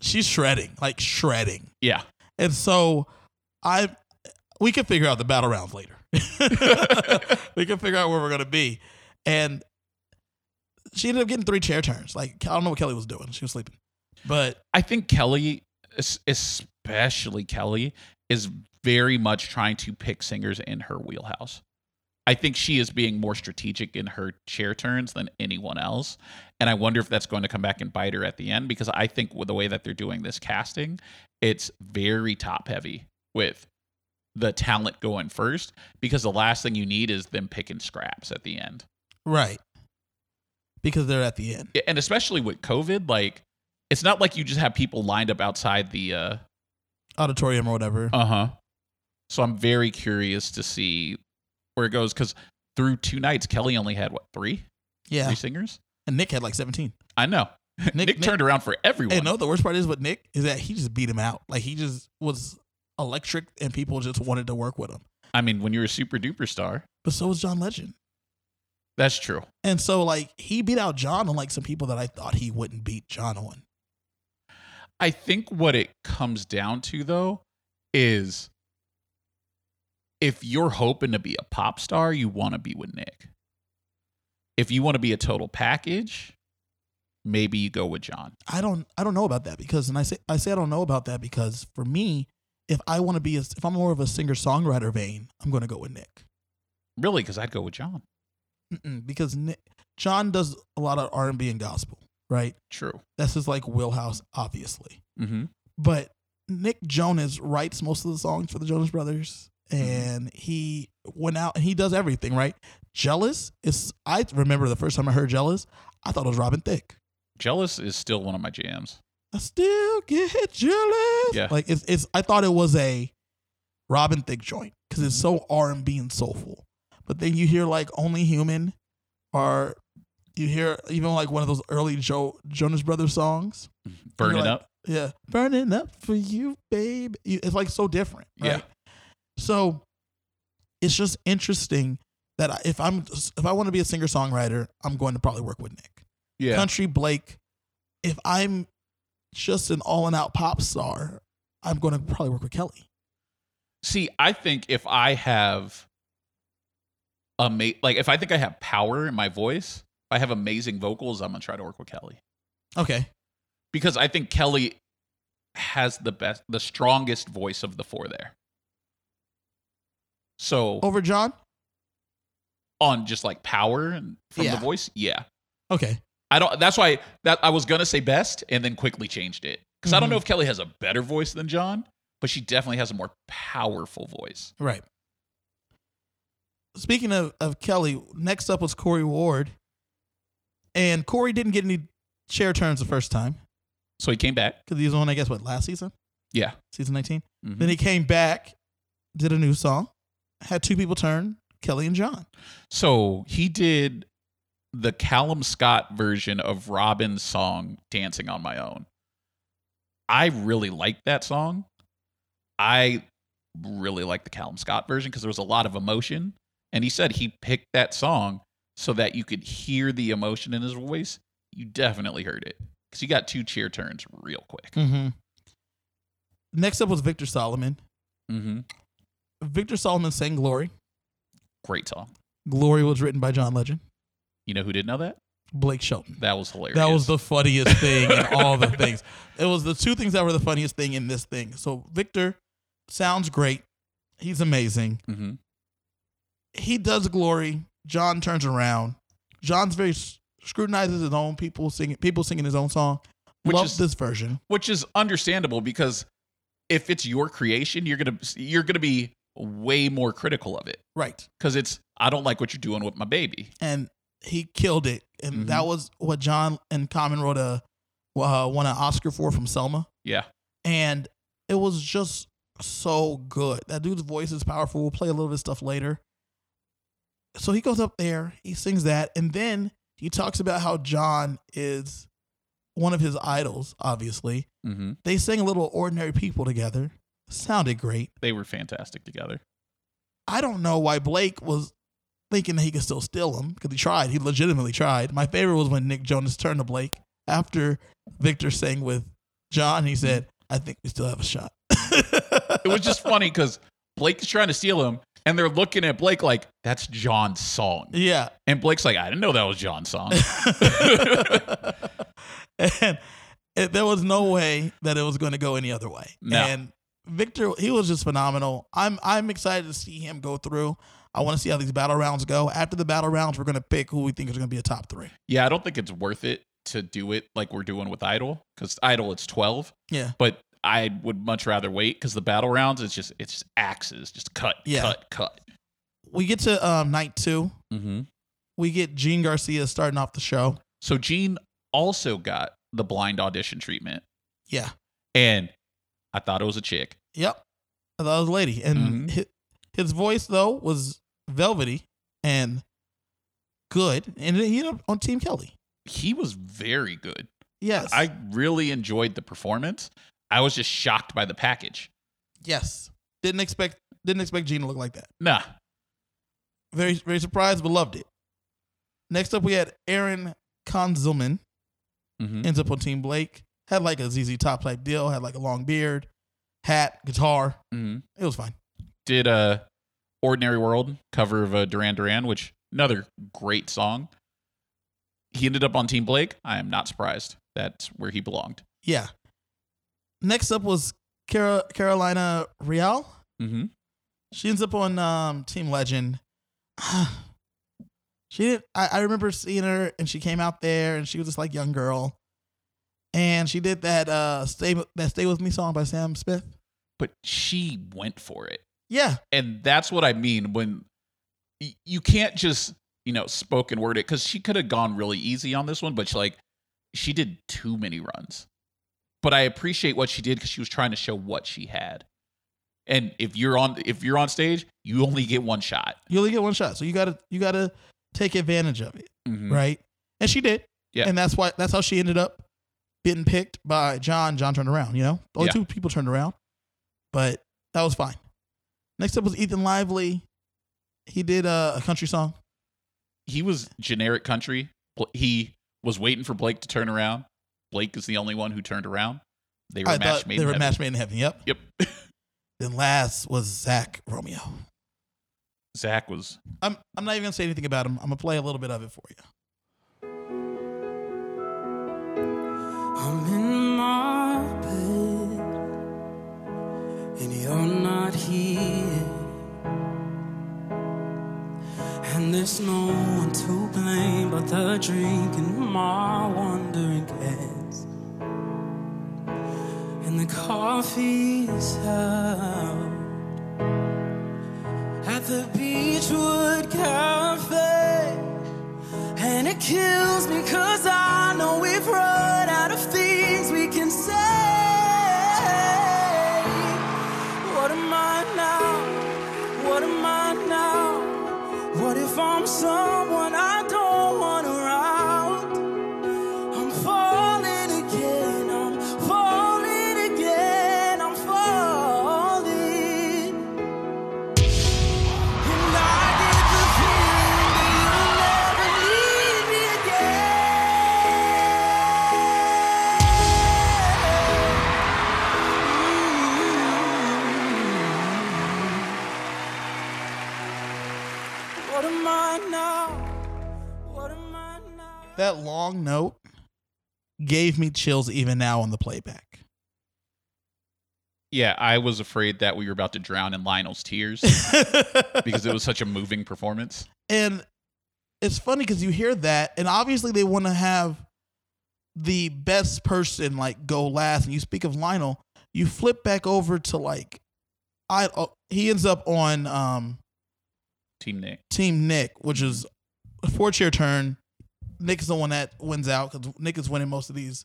A: she's shredding, like shredding.
B: Yeah.
A: And so I we can figure out the battle rounds later. we can figure out where we're gonna be. And she ended up getting three chair turns. Like I don't know what Kelly was doing. She was sleeping. But
B: I think Kelly, es- especially Kelly, is very much trying to pick singers in her wheelhouse. I think she is being more strategic in her chair turns than anyone else. And I wonder if that's going to come back and bite her at the end because I think with the way that they're doing this casting, it's very top heavy with the talent going first because the last thing you need is them picking scraps at the end.
A: right. Because they're at the end.
B: Yeah, and especially with COVID, like it's not like you just have people lined up outside the uh
A: Auditorium or whatever.
B: Uh huh. So I'm very curious to see where it goes because through two nights, Kelly only had what three,
A: yeah.
B: three singers.
A: And Nick had like 17.
B: I know. Nick,
A: Nick- Nick-
B: turned around for everyone.
A: Hey, no, the worst part is with Nick is that he just beat him out. Like he just was electric and people just wanted to work with him.
B: I mean, when you're a super duper star,
A: But so was John Legend.
B: that's true.
A: And so like he beat out John on like some people that I thought he wouldn't beat John on.
B: I think what it comes down to though is if you're hoping to be a pop star, you want to be with Nick. If you want to be a total package, maybe you go with John.
A: I don't I don't know about that because and I say I say I don't know about that because for me, if I want to be a, if I'm more of a singer songwriter vein, I'm going to go with Nick
B: Really, because I'd go with John.
A: Mm-mm, because Nick, John does a lot of R and B and gospel, right?
B: True.
A: That's his like wheelhouse, obviously.
B: Mm-hmm.
A: But Nick Jonas writes most of the songs for the Jonas Brothers, and he went out and he does everything, right? Jealous is I remember the first time I heard Jealous, I thought it was Robin Thicke.
B: Jealous is still one of my jams.
A: I still get jealous.
B: Yeah.
A: Like it's, it's I thought it was a Robin Thicke joint because it's so R and B and soulful. But then you hear like Only Human, or you hear even like one of those early Joe Jonas Brothers songs.
B: Burn
A: You're
B: it
A: like,
B: up.
A: Yeah, burning up for you, babe. You- It's like so different.
B: Yeah.
A: right? So it's just interesting that I- if I'm if I want to be a singer songwriter, I'm going to probably work with Nick.
B: Yeah.
A: Country Blake. If I'm just an all and out pop star, I'm going to probably work with Kelly.
B: See, I think if I have ama- like if I think I have power in my voice, if I have amazing vocals, I'm gonna try to work with Kelly.
A: Okay.
B: Because I think Kelly has the best the strongest voice of the four there. So
A: Over John?
B: on just like power and from
A: Yeah.
B: the voice, yeah.
A: Okay.
B: I don't that's why that I was gonna say best and then quickly changed it Because I don't know
A: Mm-hmm.
B: if Kelly has a better voice than John, but she definitely has a more powerful voice.
A: Right. Speaking of, of Kelly, next up was Corey Ward. And Corey didn't get any chair turns the first time
B: So he came back.
A: because he was on, I guess, what, last season?
B: Yeah.
A: Season 19?
B: Mhm.
A: Then he came back, did a new song, had two people turn, Kelly and John.
B: So he did the Callum Scott version of Robin's song Dancing on My Own. I really liked that song. I really liked the Callum Scott version because there was a lot of emotion. And he said he picked that song so that you could hear the emotion in his voice. You definitely heard it because he got two cheer turns real quick.
A: Mm-hmm. Next up was Victor Solomon.
B: hmm
A: Victor Solomon sang Glory.
B: Great song.
A: Glory was written by John Legend,
B: You know who didn't know that?
A: Blake Shelton.
B: That was hilarious.
A: That was the funniest thing in all the things. It was the two things that were the funniest thing in this thing. So Victor sounds great. He's amazing.
B: hmm
A: He does glory. John turns around. John's very scrutinizes his own people singing people singing his own song.
B: Which
A: Love
B: is-
A: this version.
B: which is understandable because if it's your creation, you're gonna you're gonna be way more critical of it
A: Right.
B: because it's I don't like what you're doing with my baby.
A: And he killed it. And
B: Mhm.
A: that was what John and Common wrote a uh, won an Oscar for from Selma.
B: Yeah,
A: and it was just so good. That dude's voice is powerful. We'll play a little bit of stuff later. So he goes up there, he sings that, and then he talks about how John is one of his idols, obviously.
B: mm-hmm.
A: They sang a little ordinary people together. Sounded great.
B: they were fantastic together.
A: I don't know why Blake was thinking that he could still steal him because he tried. He legitimately tried. My favorite was when Nick Jonas turned to Blake after Victor sang with John. He said, I think we still have a shot.
B: It was just funny because Blake is trying to steal him, and they're looking at Blake like that's John's song,
A: Yeah.
B: and Blake's like I didn't know that was John's song.
A: and it, there was no way that it was going to go any other way.
B: No.
A: And Victor, he was just phenomenal. I'm I'm excited to see him go through. I want to see how these battle rounds go. After the battle rounds, we're going to pick who we think is going to be a top three.
B: yeah, I don't think it's worth it to do it like we're doing with Idol because Idol it's twelve,
A: Yeah.
B: but I would much rather wait because the battle rounds it's just it's axes, just cut,
A: Yeah.
B: cut, cut.
A: We get to um, night two.
B: Mm-hmm.
A: We get Gene Garcia starting off the show.
B: So Gene also got the blind audition treatment,
A: Yeah.
B: and I thought it was a chick.
A: Yep. That was a lady. And
B: Mhm.
A: hi- his voice, though, was velvety and good. And he ended up on Team Kelly.
B: He was very good.
A: Yes.
B: I really enjoyed the performance. I was just shocked by the package.
A: Yes. Didn't expect didn't expect Gene to look like that.
B: Nah,
A: Very very surprised, but loved it. Next up we had Aaron Konzelman,
B: Mhm.
A: ends up on Team Blake. Had like a ZZ top type deal, had like a long beard, hat, guitar.
B: Mhm.
A: It was fine.
B: did a ordinary world cover of a Duran Duran, which another great song. He ended up on Team Blake. I am not surprised. That's where he belonged.
A: Yeah. Next up was Cara- Carolina Real.
B: Mm-hmm.
A: She ends up on um, Team Legend. she did. I, I remember seeing her, and she came out there, and she was just like young girl, and she did that uh, "Stay That Stay with Me" song by Sam Smith.
B: But she went for it.
A: Yeah,
B: and that's what I mean when y- you can't just you know spoken word it because she could have gone really easy on this one, but she like she did too many runs. But I appreciate what she did because she was trying to show what she had. And if you're on if you're on stage, you only get one shot.
A: you only get one shot, so you gotta you gotta take advantage of it, right? And she did.
B: Mm-hmm. Yeah.
A: and that's why that's how she ended up getting picked by John. John turned around. You know, only
B: Yeah.
A: two people turned around, but that was fine. Next up was Ethan Lively. He did uh, a country song.
B: He was generic country. Bl- He was waiting for Blake to turn around. Blake is the only one who turned around. They were
A: I
B: a match
A: thought
B: made.
A: they
B: in
A: were a
B: heaven.
A: match made in heaven. Yep.
B: Yep.
A: Then last was Zach Romeo.
B: Zach was
A: I'm I'm not even gonna say anything about him. I'm gonna play a little bit of it for you.
E: I'm in my bed and you're not here. And there's no one to blame but the drink and my wandering hands. and the coffee's out at the Beachwood Cafe. And it kills me cause I know we've run out of things we can say. What am I now? What am I now? What if I'm someone I don't want around? I'm falling again, I'm falling again, I'm falling. And I get the feeling that you'll never leave me again. What am I now? What am I now?
A: That long note gave me chills even now on the playback.
B: Yeah, I was afraid that we were about to drown in Lionel's tears because it was such a moving performance.
A: and it's funny because you hear that, and obviously they want to have the best person like go last. And you speak of Lionel, you flip back over to like, I oh, he ends up on um
B: Team Nick.
A: Team Nick, which is a four chair turn. Nick's the one that wins out because Nick is winning most of these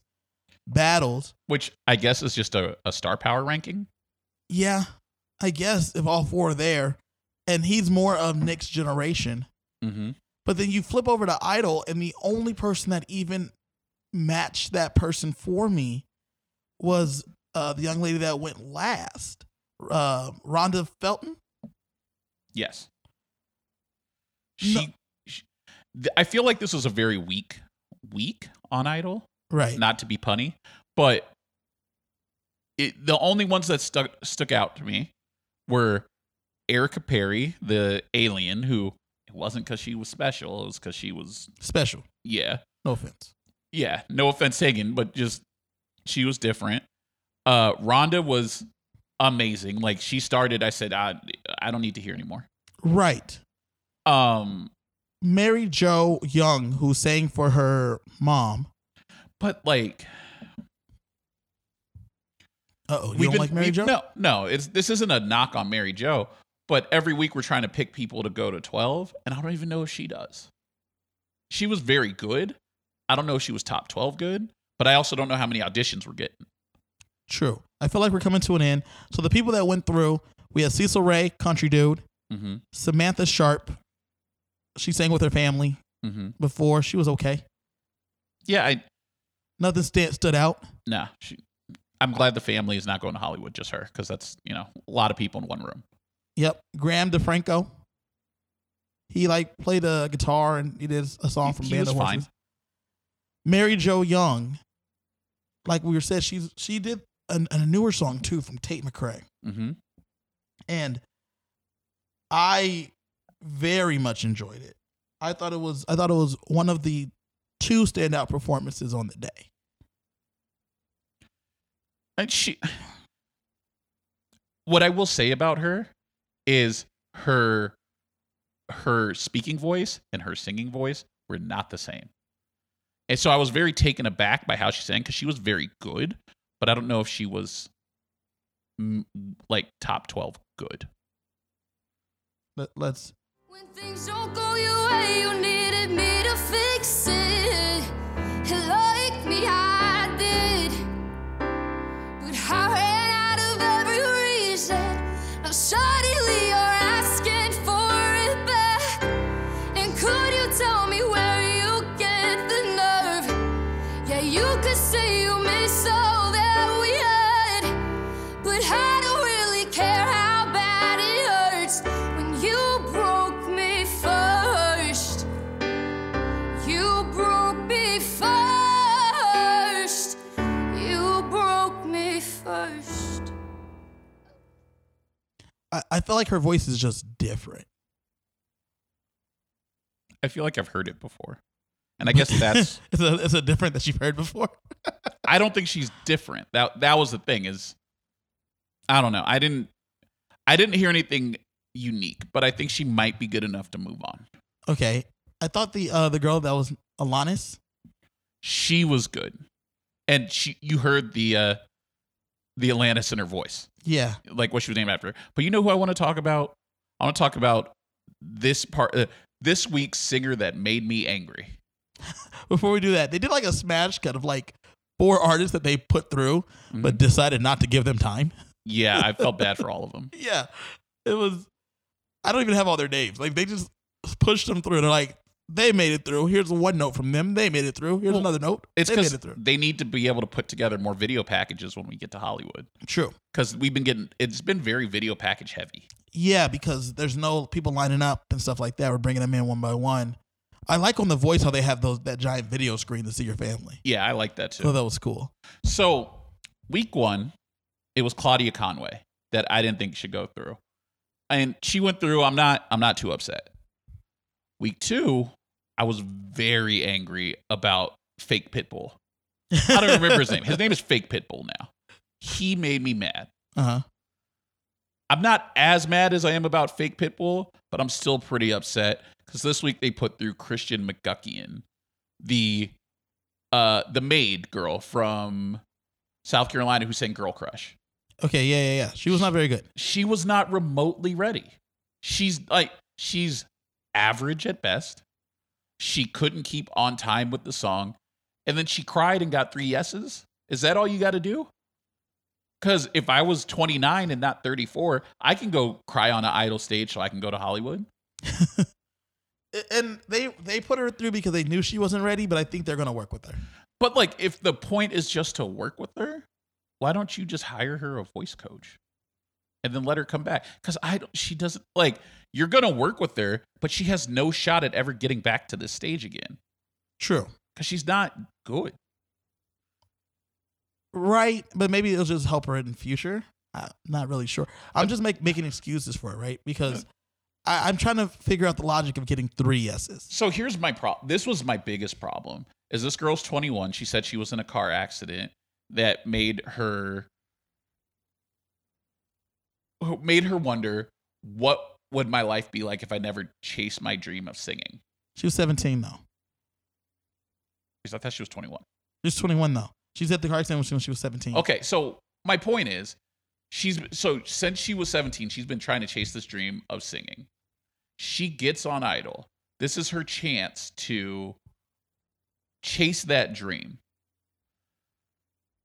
A: battles.
B: Which I guess is just a, a star power ranking.
A: Yeah, I guess if all four are there, and he's more of Nick's generation.
B: Mm-hmm.
A: But then you flip over to Idol, and the only person that even matched that person for me was uh, the young lady that went last, uh, Rhonda Felton.
B: Yes. She, she- th- I feel like this was a very weak week on Idol.
A: Right.
B: Not to be punny, but it, the only ones that stuck stuck out to me were Erica Perry, the alien, who it wasn't because she was special. It was because she was
A: Special.
B: yeah
A: No offense.
B: yeah. No offense taken, but just she was different. Uh, Rhonda was amazing. Like she started, I said, I I don't need to hear anymore.
A: Right.
B: Um,
A: Mary Jo Young, who sang for her mom.
B: but like
A: Uh oh, you
B: we've
A: don't
B: been-
A: like Mary
B: we've-
A: Jo?
B: No, no. It's this isn't a knock on Mary Jo, but every week we're trying to pick people to go to twelve, and I don't even know if she does. She was very good. I don't know if she was top twelve good, but I also don't know how many auditions we're getting.
A: True. I feel like we're coming to an end. So the people that went through, we had Cecil Ray, country dude,
B: Mm-hmm.
A: Samantha Sharp. She sang with her family
B: Mm-hmm.
A: before. She was okay.
B: Yeah, I
A: Nothing st- stood out.
B: nah. She, I'm glad the family is not going to Hollywood, just her, because that's you know a lot of people in one room.
A: Yep. Graham DeFranco. He like played a guitar and he did a song from
B: He
A: Band
B: was
A: of
B: fine.
A: Horses. Mary Jo Young. Like we were said, she's she did an, a newer song too from Tate McRae.
B: Mm-hmm.
A: and I very much enjoyed it. I thought it was I thought it was one of the two standout performances on the day.
B: And she, what I will say about her is her, her speaking voice and her singing voice were not the same. And so I was very taken aback by how she sang because she was very good, but I don't know if she was mm, like top 12 good.
A: Let, let's
F: When things don't go your way, you needed me to fix it. Like me, I did. But I ran out of every reason. Now suddenly you're asking for it back. And could you tell me where you get the nerve? Yeah, you could say you miss all that we had. But I don't really care how bad it hurts when you broke me first. You broke me first. You broke me first.
A: I, I feel like her voice is just different.
B: I feel like I've heard it before. And I guess that's,
A: it's a it's a different that you've heard before.
B: I don't think she's different. That, that was the thing is, I don't know. I didn't, I didn't hear anything unique, but I think she might be good enough to move on.
A: Okay. I thought the uh the girl that was Alanis.
B: she was good and she you heard the uh the Atlantis in her voice,
A: Yeah.
B: like what she was named after. But you know who I want to talk about? I want to talk about this part, uh, this week's singer that made me angry.
A: Before we do that, they did like a smash cut of like four artists that they put through, but decided not to give them time.
B: Yeah, I felt bad for all of them.
A: Yeah. It was, I don't even have all their names. Like they just pushed them through. They're like, they made it through. Here's one note from them. They made it through. Here's another note.
B: It's
A: they made
B: because
A: it through.
B: they need to be able to put together more video packages when we get to Hollywood.
A: True.
B: Because we've been getting, it's been very video package heavy.
A: Yeah, because there's no people lining up and stuff like that. We're bringing them in one by one. I like on The Voice how they have those that giant video screen to see your family.
B: Yeah, I like that too.
A: So that was cool.
B: So, week one, it was Claudia Conway that I didn't think should go through, and she went through. I'm not. I'm not too upset. Week two, I was very angry about fake Pitbull. I don't remember his name. His name is Fake Pitbull now. He made me mad.
A: Uh huh.
B: I'm not as mad as I am about Fake Pitbull, but I'm still pretty upset because this week they put through Christian McGuckian, the uh the maid girl from South Carolina who sang Girl Crush.
A: Okay. Yeah, yeah, yeah. She was not very good.
B: She was not remotely ready. She's like she's average at best. She couldn't keep on time with the song. And then she cried and got three yeses. Is that all you got to do? Because if I was 29 and not 34, I can go cry on an idol stage so I can go to Hollywood.
A: And they they put her through because they knew she wasn't ready, but I think they're gonna work with her.
B: But like, if the point is just to work with her, why don't you just hire her a voice coach, and then let her come back? Because I don't. She doesn't like. You're gonna work with her, but she has no shot at ever getting back to this stage again
A: True.
B: because she's not good.
A: Right, but maybe it'll just help her in the future. I'm not really sure. I'm just make, making excuses for it, right? Because I, I'm trying to figure out the logic of getting three yeses.
B: So here's my problem. This was my biggest problem. Is this girl's 21? She said she was in a car accident that made her made her wonder what would my life be like if I never chased my dream of singing.
A: She was 17 though.
B: Because I thought she was 21.
A: She's 21 though. She's at the car accident when she- when she was 17.
B: Okay, so my point is, she's so since she was 17, she's been trying to chase this dream of singing. She gets on Idol. This is her chance to chase that dream.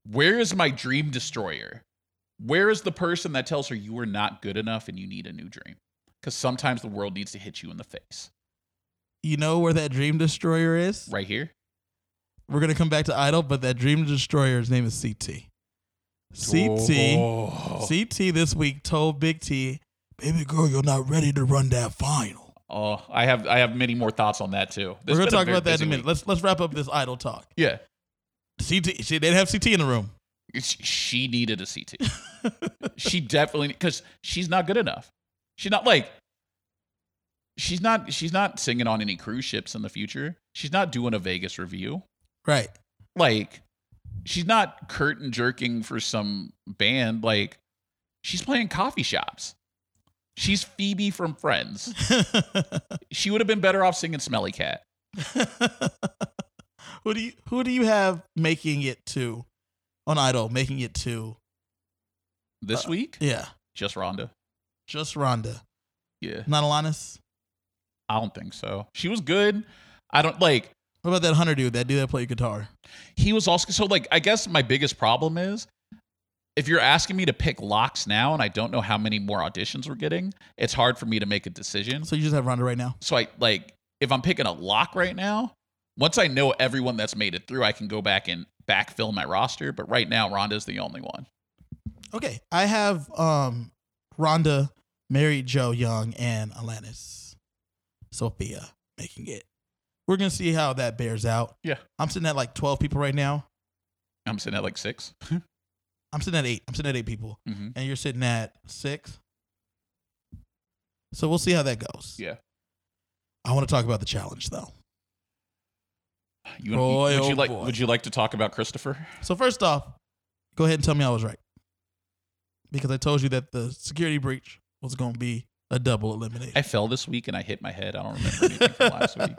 B: Where is my dream destroyer? Where is the person that tells her you are not good enough and you need a new dream? Because sometimes the world needs to hit you in the face.
A: You know where that dream destroyer is?
B: Right here,
A: We're gonna come back to Idol, but that dream destroyer's name is CT. CT.
B: Oh,
A: CT this week told Big T, "Baby girl, you're not ready to run that final."
B: oh, I have I have many more thoughts on that too.
A: We're gonna
B: This has been
A: talk
B: very
A: about that in
B: busy
A: a minute.
B: week.
A: Let's let's wrap up this Idol talk.
B: Yeah.
A: CT, she, they'd have CT in the room.
B: Sh- she needed a CT. she definitely because she's not good enough. She's not like she's not she's not singing on any cruise ships in the future. She's not doing a Vegas review.
A: Right.
B: Like she's not curtain jerking for some band. Like she's playing coffee shops. She's Phoebe from Friends. she would have been better off singing Smelly Cat.
A: who do you who do you have making it to on Idol? Making it to
B: This week,
A: yeah,
B: just Rhonda.
A: just Rhonda,
B: Yeah,
A: not Alanis.
B: I don't think so. She was good. I don't like.
A: What about that Hunter dude? That dude that played guitar.
B: he was also so like i guess my biggest problem is if you're asking me to pick locks now and i don't know how many more auditions we're getting it's hard for me to make a decision
A: So you just have Rhonda right now.
B: so i like if i'm picking a lock right now once i know everyone that's made it through i can go back and backfill my roster but right now rhonda's the only one
A: Okay, I have um Rhonda, Mary Joe Young, and Alanis Sophia making it. We're gonna see how that bears out.
B: Yeah.
A: I'm sitting at like 12 people right now.
B: i'm sitting at like six
A: I'm sitting at eight. I'm sitting at eight people,
B: Mhm.
A: and you're sitting at six. So we'll see how that goes.
B: yeah
A: I want to talk about the challenge though.
B: you,
A: Boy,
B: would you
A: oh
B: like
A: boy.
B: would you like to talk about christopher
A: So first off, go ahead and tell me I was right because I told you that the security breach was gonna be a double elimination.
B: i fell this week and i hit my head i don't remember anything from last week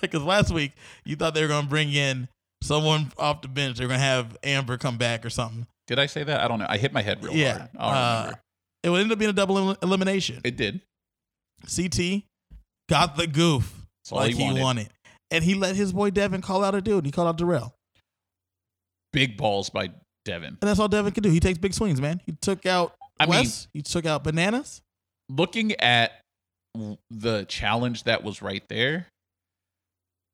A: Because last week you thought they were going to bring in someone off the bench. They're going to have Amber come back or something.
B: Did I say that? I don't know. I hit my head real
A: Yeah.
B: hard. I don't
A: Uh,
B: remember.
A: It would end up being a double elim- elimination.
B: It did.
A: CT got the goof
B: That's all
A: like
B: he,
A: he,
B: wanted.
A: wanted. And he let his boy Devin call out a dude. He called out Darrell.
B: Big balls by Devin.
A: And that's all Devin can do. He takes big swings, man. He took out
B: I mean-
A: Wes. he took out Bananas.
B: Looking at w- the challenge that was right there,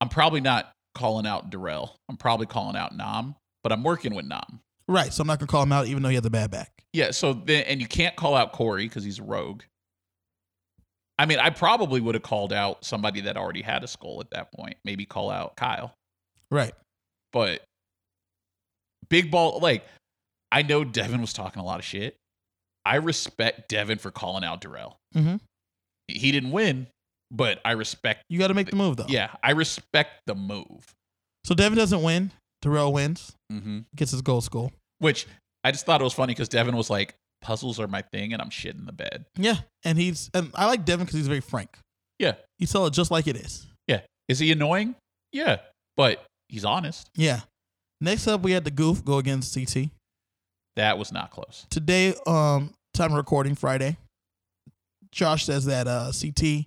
B: I'm probably not calling out Darrell. I'm probably calling out Nam, but I'm working with Nam.
A: Right. So I'm not going to call him out, even though he had the bad back.
B: Yeah. So then, and you can't call out Corey because he's a rogue. I mean, I probably would have called out somebody that already had a skull at that point. Maybe call out Kyle.
A: Right.
B: but big ball like i know devin was talking a lot of shit i respect devin for calling out durrell
A: Mhm.
B: he didn't win but i respect
A: You got to make the move, though.
B: yeah i respect the move
A: So Devin doesn't win. Darrell wins,
B: mm-hmm.
A: gets his goal score.
B: which i just thought it was funny because devin was like puzzles are my thing and i'm shit in the bed
A: Yeah. And he's, and I like Devin because he's very frank.
B: yeah
A: He tell it just like it is.
B: yeah is he annoying yeah but he's honest
A: Yeah. Next up, we had the goof go against CT.
B: that was not close
A: today um time of recording friday josh says that uh ct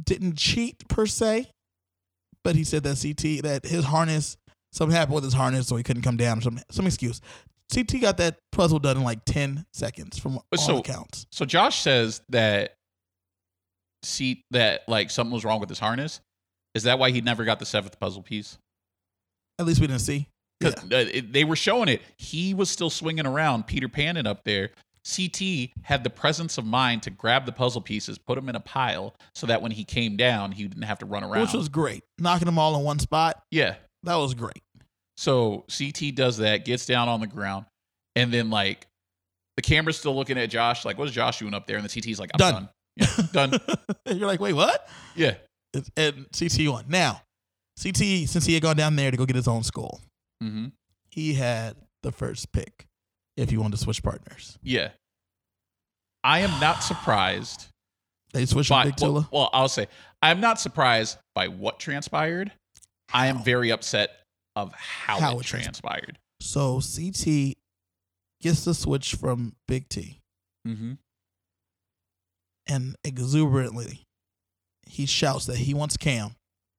A: didn't cheat per se but he said that ct that his harness something happened with his harness so he couldn't come down or some some excuse ct got that puzzle done in like 10 seconds from all
B: So-
A: accounts
B: so josh says that see that like something was wrong with his harness is that why he never got the seventh puzzle piece
A: at least we didn't see yeah.
B: Because they were showing it. He was still swinging around, Peter Panning up there. CT had the presence of mind to grab the puzzle pieces, put them in a pile, so that when he came down, he didn't have to run around.
A: which was great knocking them all in one spot
B: yeah.
A: that was great
B: So CT does that, gets down on the ground, and then like the camera's still looking at Josh, like, what is Josh doing up there? And the CT's like, I'm
A: Done.
B: done. Yeah, done.
A: and you're like wait what
B: yeah.
A: It's- and ct won now ct since he had gone down there to go get his own skull
B: hmm
A: he had the first pick if you wanted to switch partners.
B: Yeah. I am not surprised
A: They switched with
B: by
A: Big Tula.
B: well, well, I'll say I'm not surprised by what transpired. I am very upset of how,
A: How
B: it
A: it trans-
B: transpired.
A: so CT gets the switch from Big T
B: Mm-hmm.
A: and exuberantly he shouts that he wants Cam.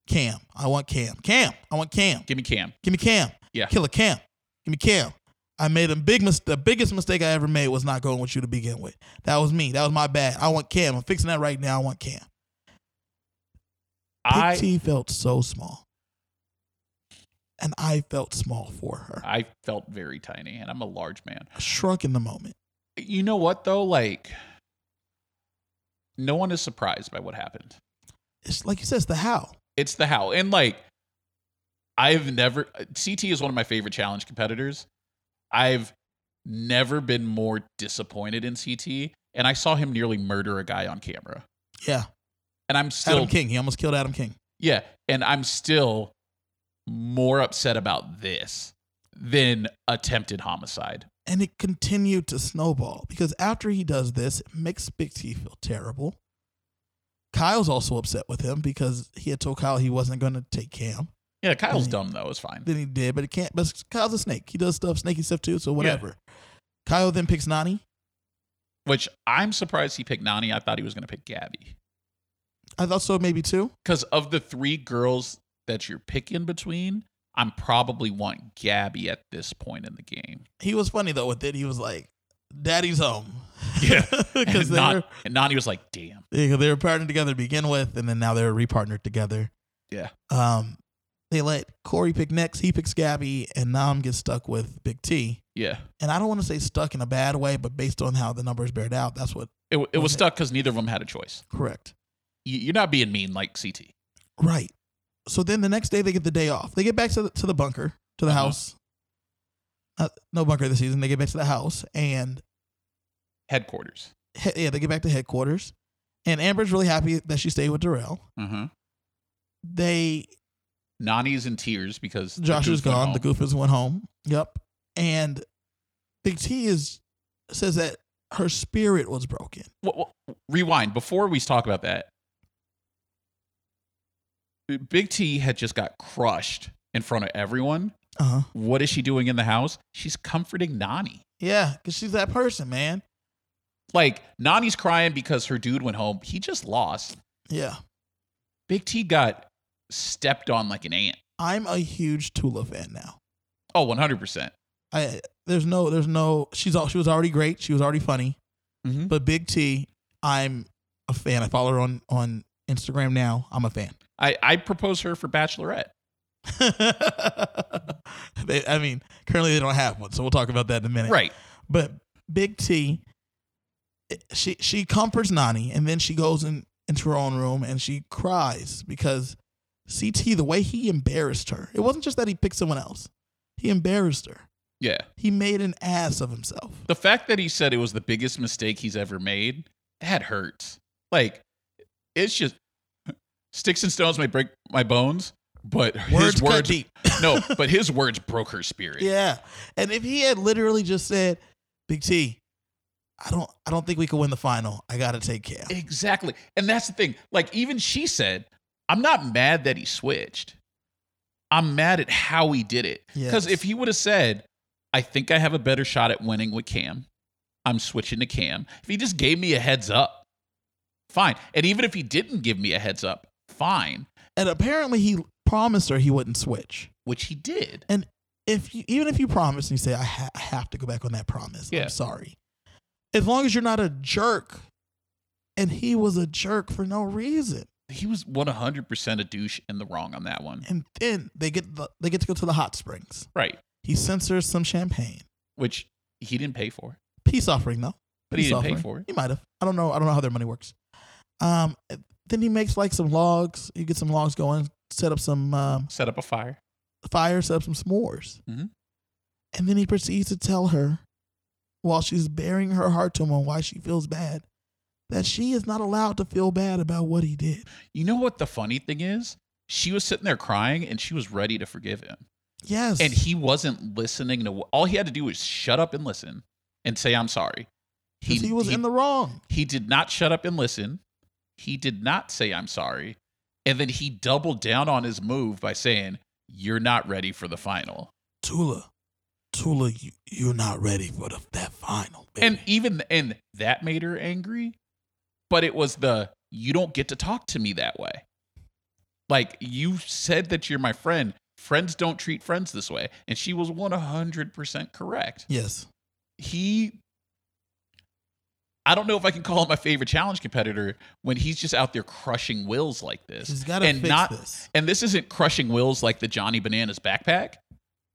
A: Cam, I want Cam. Cam, I want Cam.
B: Give me Cam.
A: Give me Cam.
B: Yeah.
A: Killer Cam. Give me Cam. I made a big mis- the biggest mistake I ever made was not going with you to begin with. That was me. That was my bad. I want Cam. I'm fixing that right now. I want Cam. Big
B: I
A: T felt so small. And I felt small for her.
B: I felt very tiny, and I'm a large man.
A: shrunk in the moment.
B: You know what though? Like, no one is surprised by what happened.
A: It's like you said, it's the how.
B: It's the how, and like, I've never. CT is one of my favorite challenge competitors. I've never been more disappointed in CT, and I saw him nearly murder a guy on camera,
A: Yeah.
B: and I'm still
A: Adam King. He almost killed Adam King.
B: Yeah, and I'm still more upset about this than attempted homicide.
A: And it continued to snowball because after he does this, it makes Big T feel terrible. Kyle's also upset with him because he had told Kyle he wasn't going to take Cam.
B: Yeah, Kyle's
A: Mhm.
B: dumb though. It's fine.
A: Then he did, but it can't. But Kyle's a snake. He does stuff, snaky stuff too, so whatever. Kyle then picks Nani.
B: Which I'm surprised he picked Nani. I thought he was going to pick Gabby
A: I thought so, maybe two.
B: because of the three girls that you're picking between. I'm probably want Gabby at this point in the game.
A: He was funny though with it. He was like, Daddy's home.
B: Yeah.
A: Because they
B: And, Nan-
A: were-
B: and Nani was like, "Damn,
A: Yeah, they were partnered together to begin with, and then now they're repartnered together.
B: Yeah.
A: Um, they let Corey pick next. He picks Gabby, and Nam gets stuck with Big T.
B: yeah."
A: And I don't want to say stuck in a bad way, but based on how the numbers bared out, that's what
B: It, w- it was
A: Okay.
B: stuck because neither of them had a choice.
A: correct.
B: You- You're not being mean like CT.
A: Right. So then the next day they get the day off. They get back to the, to the bunker, to the
B: Uh-huh.
A: house. Uh, no bunker this season. They get back to the house, and
B: Headquarters.
A: he- yeah, they get back to headquarters. And Amber's really happy that she stayed with Darrell.
B: Mm-hmm.
A: They
B: Nani's in tears because the
A: Josh is
B: goof went
A: gone.
B: home.
A: The goofers went home. Yep. And Big T is says that her spirit was broken.
B: Wha- wha- rewind before we talk about that. Big T had just got crushed in front of everyone
A: Uh huh.
B: What is she doing in the house? She's comforting Nani.
A: Yeah, because she's that person, man.
B: Like Nani's crying because her dude went home. He just lost.
A: Yeah.
B: Big T got stepped on like an ant.
A: I'm a huge Tula fan now.
B: Oh, 100%.
A: I there's no there's no she's all she was already great. She was already funny.
B: Mhm.
A: But Big T, I'm a fan. I follow her on on Instagram now. I'm a fan.
B: I, I propose her for Bachelorette.
A: they, I mean, currently they don't have one, so we'll talk about that in a minute.
B: Right.
A: But Big T, eh, she she comforts Nani, and then she goes in, into her own room and she cries because CT, the way he embarrassed her, it wasn't just that he picked someone else. He embarrassed her.
B: Yeah.
A: He made an ass of himself.
B: The fact that he said it was the biggest mistake he's ever made, that hurts. Like, it's just sticks and stones may break my bones, but
A: Words,
B: his
A: cut
B: words
A: deep.
B: no, but his words broke her spirit.
A: Yeah. And if he had literally just said, Big T, I don't I don't think we can win the final. I gotta take care.
B: Exactly. And that's the thing. Like, even she said, I'm not mad that he switched. I'm mad at how he did it. Because
A: Yes.
B: if he would have said, I think I have a better shot at winning with Cam, I'm switching to Cam. If he just gave me a heads up, fine. And even if he didn't give me a heads up, fine,
A: And apparently he promised her he wouldn't switch.
B: which he did.
A: And if you, even if you promise and you say I, ha- I have to go back on that promise,
B: Yeah.
A: I'm sorry. As long as you're not a jerk, and he was a jerk for no reason.
B: He was 100% a douche in the wrong on that one.
A: And then they get the, they get to go to the hot springs.
B: Right.
A: He censors some champagne.
B: Which he didn't pay for.
A: Peace offering though.
B: But he
A: Peace
B: didn't pay
A: offering.
B: for it.
A: He might have. I don't know. I don't know how their money works. Um, then he makes like some logs. You get some logs going. Set up some um,
B: Set up a fire.
A: fire. Set up some s'mores.
B: Mhm.
A: And then he proceeds to tell her, while she's bearing her heart to him on why she feels bad, that she is not allowed to feel bad about what he did.
B: You know what the funny thing is? She was sitting there crying and she was ready to forgive him.
A: Yes.
B: And he wasn't listening to all he had to do was shut up and listen and say, I'm sorry.
A: 'Cause he, was in the wrong.
B: he did not shut up and listen. He did not say, I'm sorry. And then he doubled down on his move by saying, You're not ready for the final.
A: Tula, Tula, you, you're not ready for the, that final. Baby.
B: And even and that made her angry. But it was the you don't get to talk to me that way. Like you said that you're my friend. Friends don't treat friends this way. And she was 100% correct.
A: yes.
B: He I don't know if I can call him my favorite challenge competitor when he's just out there crushing wills like this.
A: He's got to
B: and
A: fix
B: not
A: this.
B: and this isn't crushing wills like the Johnny Bananas backpack.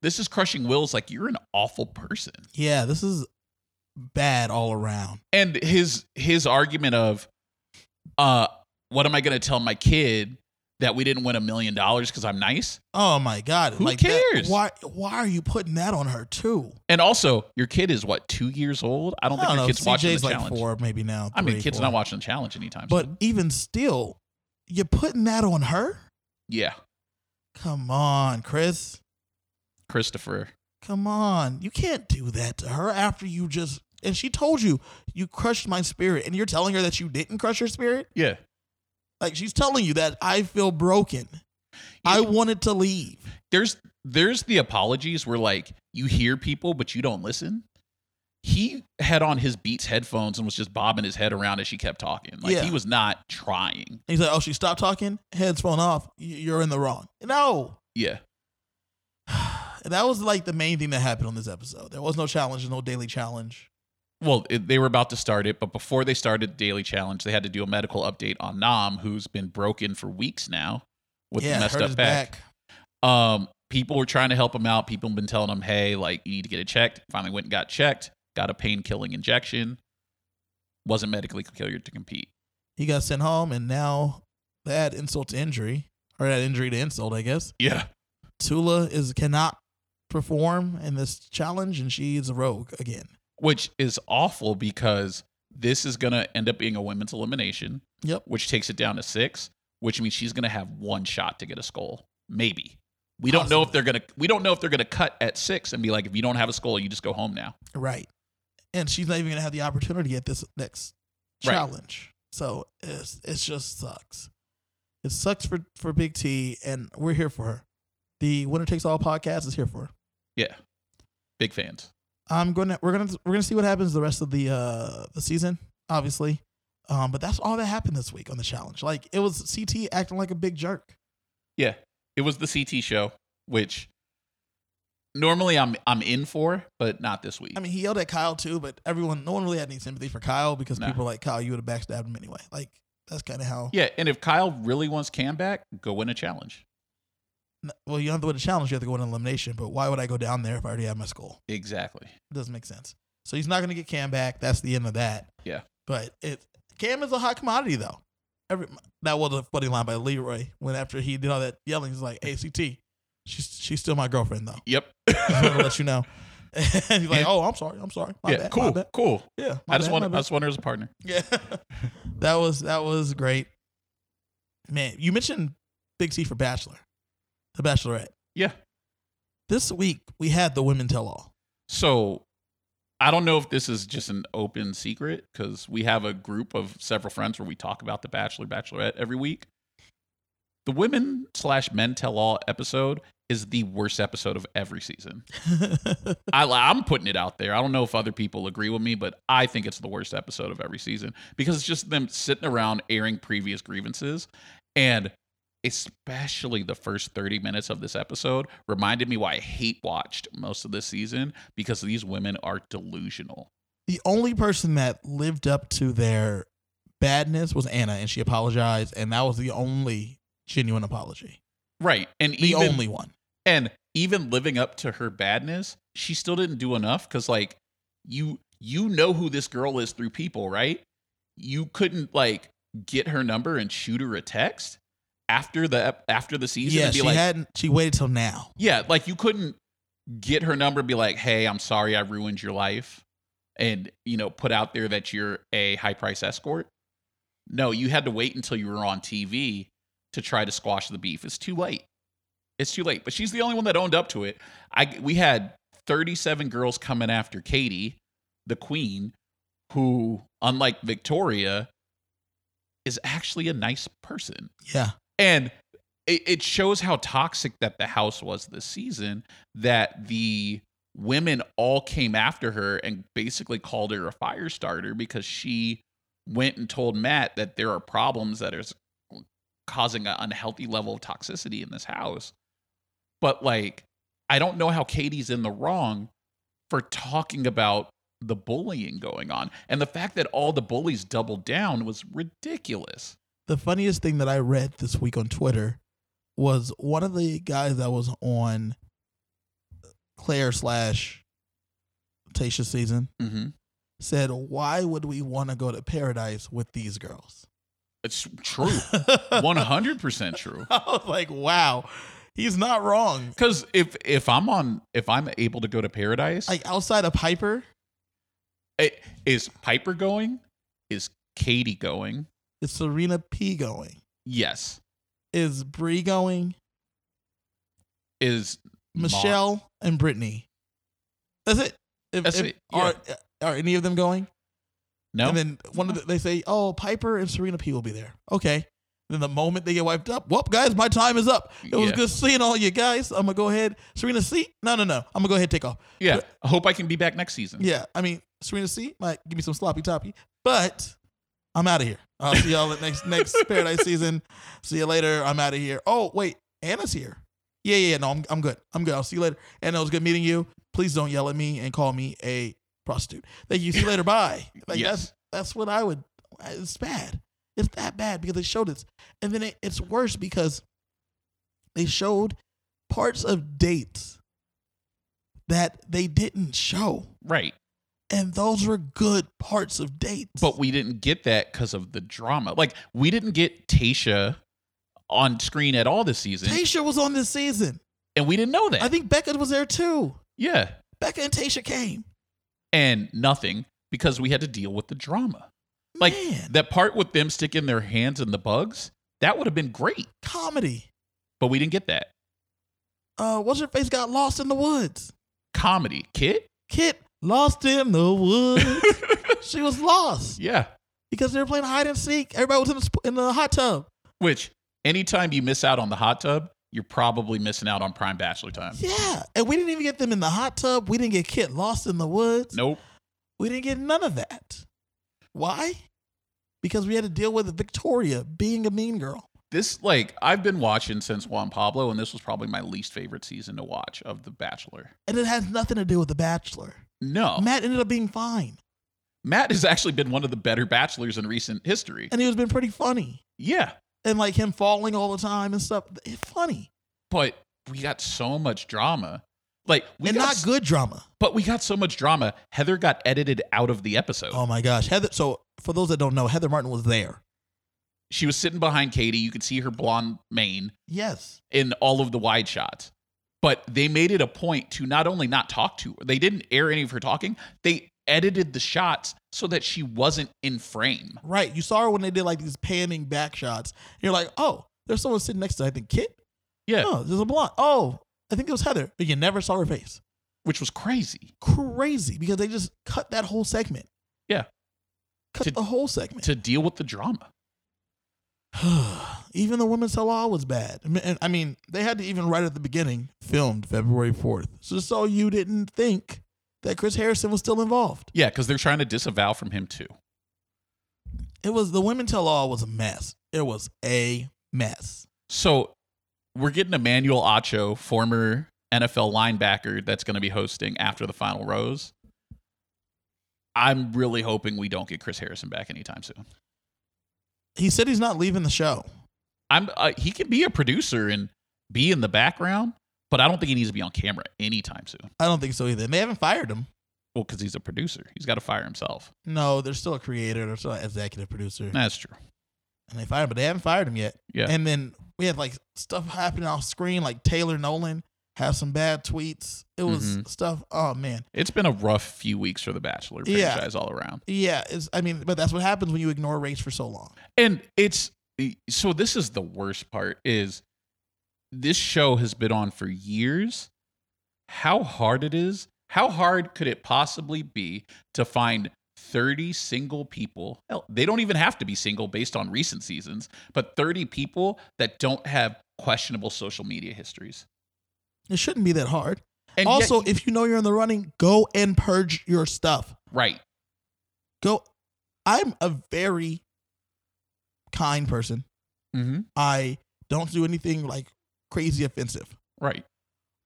B: This is crushing wills like you're an awful person.
A: Yeah, this is bad all around.
B: and his his argument of uh what am i going to tell my kid that we didn't win a million dollars because i'm nice
A: Oh my god!
B: Who
A: like that-
B: cares?
A: why? Why are you putting that on her too?
B: and also your kid is what two years old i don't think your kid's watching
A: CJ's
B: the
A: like
B: challenge
A: four, maybe now.
B: i mean
A: three,
B: kids
A: four.
B: not watching the challenge anytime
A: But
B: soon
A: even still, you're putting that on her.
B: yeah
A: Come on, Chris.
B: christopher
A: Come on. You can't do that to her after you just. And she told you you crushed my spirit, and you're telling her that you didn't crush her spirit.
B: yeah
A: Like she's telling you that I feel broken. I wanted to leave.
B: there's there's the apologies where like you hear people but you don't listen he had on his beats headphones and was just bobbing his head around as she kept talking like
A: Yeah.
B: he was not trying
A: And he's like, "Oh, she stopped talking. Headphone off. Y- You're in the wrong." No,
B: yeah
A: And that was like the main thing that happened on this episode. There was no challenge, no daily challenge.
B: Well, it, they were about to start it, but before they started the daily challenge, they had to do a medical update on Nam, who's been broken for weeks now with the messed
A: hurt
B: up
A: his
B: back. Um, people were trying to help him out. People have been telling him, "Hey, like you need to get it checked." Finally, went and got checked. Got a pain killing injection. Wasn't medically cleared to compete.
A: He got sent home, and now that insult to injury, or that injury to insult, I guess.
B: Yeah,
A: Tula is cannot perform in this challenge, and she's a rogue again.
B: which is awful because this is gonna end up being a women's elimination,
A: Yep.
B: which takes it down to six, which means she's gonna have one shot to get a skull, maybe. We don't know if they're gonna. We don't know if they're gonna cut at six and be like, if you don't have a skull, you just go home now.
A: Right. And she's not even gonna have the opportunity at this next
B: Right.
A: challenge. So it's it just sucks. It sucks for for Big T, and we're here for her. the Winner Takes All podcast is here for.
B: Yeah. Big fans.
A: I'm gonna we're gonna we're gonna see what happens the rest of the uh the season, obviously. Um, but that's all that happened this week on the challenge. Like it was CT acting like a big jerk.
B: Yeah. It was the CT show, which normally I'm I'm in for, but not this week.
A: I mean, he yelled at Kyle too, but everyone, no one really had any sympathy for Kyle because
B: Nah.
A: people were like Kyle, you would have backstabbed him anyway. Like that's kind of how.
B: yeah, and if Kyle really wants Cam back, go win a challenge.
A: N- Well, you don't have to win a challenge; you have to go in elimination. But why would I go down there if I already have my skull?
B: Exactly.
A: It doesn't make sense. So he's not going to get Cam back. That's the end of that.
B: Yeah.
A: But it Cam is a hot commodity though. Every that was a funny line by Leroy when after he did all that yelling, he's like, "ACT, she's she's still my girlfriend though.
B: Yep.
A: Just want to let you know." and he's like, "Oh, I'm sorry, I'm sorry. My
B: yeah,
A: bad, my
B: cool.
A: bad.
B: Cool.
A: Yeah, my
B: I just
A: bad,
B: want
A: my
B: I
A: bad."
B: just want her as a partner.
A: Yeah. that was that was great. Man, you mentioned Big C for Bachelor, the Bachelorette.
B: Yeah.
A: This week we had the women tell all.
B: So I don't know if this is just an open secret because we have a group of several friends where we talk about the Bachelor, Bachelorette every week. The women slash men tell all episode is the worst episode of every season. I, I'm putting it out there. I don't know if other people agree with me, but I think it's the worst episode of every season because it's just them sitting around airing previous grievances. And especially the first 30 minutes of this episode reminded me why I hate watched most of this season because these women are delusional.
A: the only person that lived up to their badness was Anna, and she apologized, and that was the only genuine apology.
B: Right. And
A: The
B: even,
A: only one.
B: and even living up to her badness, she still didn't do enough because like you you know who this girl is through people, right? You couldn't like get her number and shoot her a text after the ep- after the season
A: Yeah,
B: and be
A: she
B: like
A: hadn't. She waited till now.
B: Yeah, like you couldn't get her number and be like, hey, I'm sorry I ruined your life and you know, put out there that you're a high price escort. No, you had to wait until you were on TV to try to squash the beef. It's too late. It's too late. But she's the only one that owned up to it. I we had 37 girls coming after Katie, the queen, who, unlike Victoria, is actually a nice person
A: Yeah,
B: and it, it shows how toxic that the house was this season that the women all came after her and basically called her a fire starter because she went and told matt that there are problems that is causing an unhealthy level of toxicity in this house but like i don't know how katie's in the wrong for talking about the bullying going on and the fact that all the bullies doubled down was ridiculous
A: the funniest thing that I read this week on Twitter was one of the guys that was on Claire slash Tasha season
B: mm-hmm.
A: said, "Why would we want to go to paradise with these girls?"
B: It's true. 100% true.
A: I was like, "Wow, he's not wrong."
B: Cuz if if I'm on if I'm able to go to paradise,
A: Like outside of Piper,
B: it, is Piper going? Is Katie going?
A: is Serena P going?
B: Yes.
A: Is Bree going?
B: Is Ma-
A: Michelle and Brittany. That's it. If,
B: That's
A: if-
B: it,
A: Are are any of them going?
B: No.
A: And then one of the, they say, "Oh, Piper and Serena P will be there." Okay. Then the moment they get wiped up, well, guys, my time is up. It was
B: Yeah.
A: good seeing all you guys. I'm gonna go ahead, Serena C. No, no, no. I'm gonna go ahead and take off.
B: yeah. I hope I can be back next season.
A: Yeah, I mean, Serena C. Might give me some sloppy toppy, but I'm out of here. I'll see y'all at next next Paradise season. See you later. I'm out of here. Oh wait, Anna's here. Yeah, yeah. No, I'm I'm good. I'm good. I'll see you later. Anna, it was good meeting you. Please don't yell at me and call me a prostitute. Thank you. See you later. Bye. Like
B: Yes.
A: that's that's what I would. It's bad. It's that bad because they showed it, and then it, it's worse because they showed parts of dates that they didn't show
B: Right.
A: and those were good parts of dates.
B: But we didn't get that cuz of the drama. Like we didn't get Tasha on screen at all this season
A: Tasha was on this season.
B: and we didn't know that.
A: I think Becca was there too.
B: yeah.
A: Becca and Tasha came.
B: And nothing because we had to deal with the drama. Like
A: Man,
B: that part with them sticking their hands in the bugs, that would have been great,
A: comedy.
B: but we didn't get that.
A: Uh, what's your face got lost in the woods?
B: Comedy, kid.
A: Kit lost in the woods. she was lost
B: yeah.
A: because they were playing hide and seek. Everybody was in the, sp- in the hot tub.
B: Which anytime you miss out on the hot tub, you're probably missing out on prime bachelor time.
A: Yeah. And we didn't even get them in the hot tub. We didn't get Kit lost in the woods.
B: Nope.
A: We didn't get none of that. Why? Because we had to deal with Victoria being a mean girl.
B: This like I've been watching since Juan Pablo, and this was probably my least favorite season to watch of The Bachelor.
A: And it has nothing to do with The Bachelor.
B: No, Matt,
A: Matt ended up being fine.
B: has actually been one of the better bachelors in recent history.
A: And he was been pretty funny.
B: yeah,
A: And like him falling all the time and stuff. It's funny.
B: but we got so much drama. Like we
A: and
B: got
A: not
B: s-
A: good drama.
B: but we got so much drama. Heather got edited out of the episode.
A: Oh my gosh. Heather so for those that don't know, Heather Martin was there.
B: She was sitting behind Katie. You could see her blonde mane
A: Yes.
B: in all of the wide shots. But they made it a point to not only not talk to her, they didn't air any of her talking. They edited the shots so that she wasn't in frame.
A: Right. You saw her when they did like these panning back shots. And you're like, oh, there's someone sitting next to I think Kit.
B: Yeah,
A: Oh, there's a blonde. Oh, I think it was Heather. But you never saw her face.
B: which was crazy.
A: Crazy because they just cut that whole segment.
B: Yeah.
A: Cut
B: To-
A: the whole segment.
B: to deal with the drama.
A: even the women's halal was bad. I mean, and- I mean, they had to even right at the beginning filmed February 4th. So, so you didn't think that Chris Harrison was still involved.
B: Yeah, because they're trying to disavow from him too.
A: It was the women tell all was a mess. It was a mess.
B: So we're getting Emmanuel Acho, former NFL linebacker, that's going to be hosting after the final rose. I'm really hoping we don't get Chris Harrison back anytime soon.
A: He said he's not leaving the show.
B: I'm uh, he can be a producer and be in the background, but I don't think he needs to be on camera anytime soon.
A: I don't think so either. And they haven't fired him.
B: Well, because he's a producer, he's got to fire himself.
A: No, they're still a creator. They're still an executive producer.
B: That's true.
A: And they fired him, but they haven't fired him yet.
B: Yeah.
A: And then we had like stuff happening off screen, like Taylor Nolan had some bad tweets. It was
B: Mhm.
A: stuff. Oh, man.
B: It's been a rough few weeks for the Bachelor
A: Yeah.
B: franchise all around.
A: Yeah, it's, I mean, but that's what happens when you ignore race for so long.
B: and it's e, so this is the worst part is this show has been on for years how hard it is how hard could it possibly be to find 30 single people hell, they don't even have to be single based on recent seasons but 30 people that don't have questionable social media histories
A: It shouldn't be that hard.
B: and
A: also,
B: yet-
A: if you know you're in the running, go and purge your stuff.
B: right
A: Go. I'm a very kind person.
B: mm-hmm.
A: I don't do anything like crazy offensive.
B: right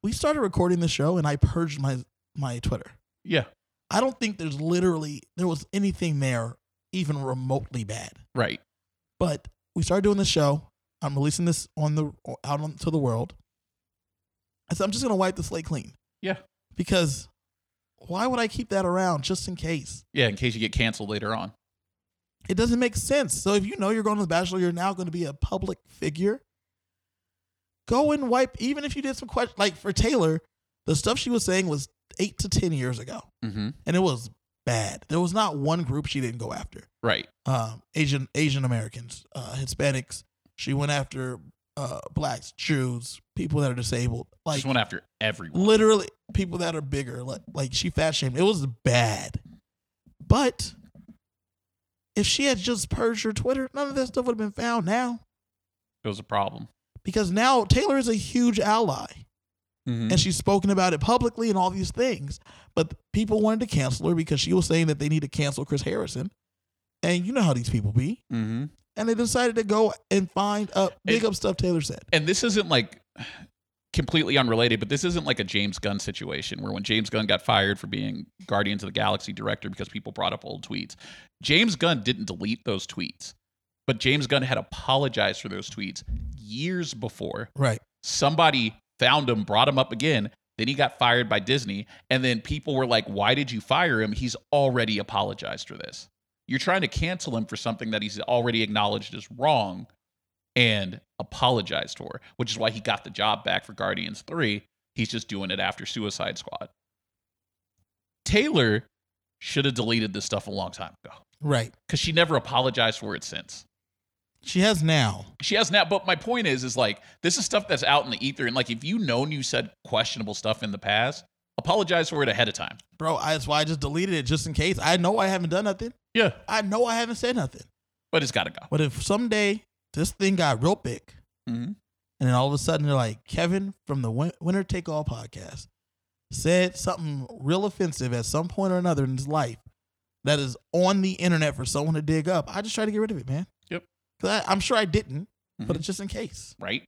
A: We started recording the show and I purged my my Twitter.
B: yeah
A: I don't think there's literally there was anything there even remotely bad.
B: right
A: But we started doing the show. I'm releasing this on the out on, to the world. I said I'm just gonna wipe the slate clean
B: yeah
A: because why would I keep that around just in case?
B: yeah in case you get canceled later on
A: It doesn't make sense. So if you know you're going to the Bachelor, you're now going to be a public figure. Go and wipe. Even if you did some questions, like for Taylor, the stuff she was saying was eight to ten years ago,
B: mm-hmm.
A: and it was bad. There was not one group she didn't go after.
B: right
A: um, Asian Asian Americans, uh, Hispanics. She went after uh, blacks, Jews, people that are disabled, like
B: just went after everyone
A: literally people that are bigger. Like like she fat shamed. It was bad, but if she had just purged her Twitter, none of that stuff would have been found now.
B: it was a problem
A: Because now Taylor is a huge ally,
B: Mhm.
A: and she's spoken about it publicly and all these things. But people wanted to cancel her because she was saying that they need to cancel Chris Harrison, and you know how these people be.
B: mm-hmm.
A: and they decided to go and find up big
B: It-
A: up stuff Taylor said.
B: and this isn't like completely unrelated, but this isn't like a James Gunn situation where when James Gunn got fired for being Guardians of the Galaxy director because people brought up old tweets, James Gunn didn't delete those tweets, but James Gunn had apologized for those tweets years before.
A: Right.
B: Somebody found him, brought him up again. Then he got fired by Disney. And then people were like, why did you fire him? He's already apologized for this. You're trying to cancel him for something that he's already acknowledged is wrong and apologized for, which is why he got the job back for Guardians 3. He's just doing it after Suicide Squad. Taylor should have deleted this stuff a long time ago
A: Right.
B: because she never apologized for it since.
A: She has now.
B: She has now, but my point is, is like this is stuff that's out in the ether, and like if you known you said questionable stuff in the past, apologize for it ahead of time.
A: Bro, I, that's why I just deleted it just in case. I know I haven't done nothing.
B: Yeah,
A: I know I haven't said nothing.
B: but it's got to go.
A: But if someday this thing got real big
B: Mm-hmm.
A: And then all of a sudden, they're like, Kevin from the Win- Winner Take All podcast said something real offensive at some point or another in his life that is on the internet for someone to dig up. I just try to get rid of it, man.
B: Yep.
A: 'Cause I, I'm sure I didn't, but
B: Mhm.
A: it's just in case.
B: right?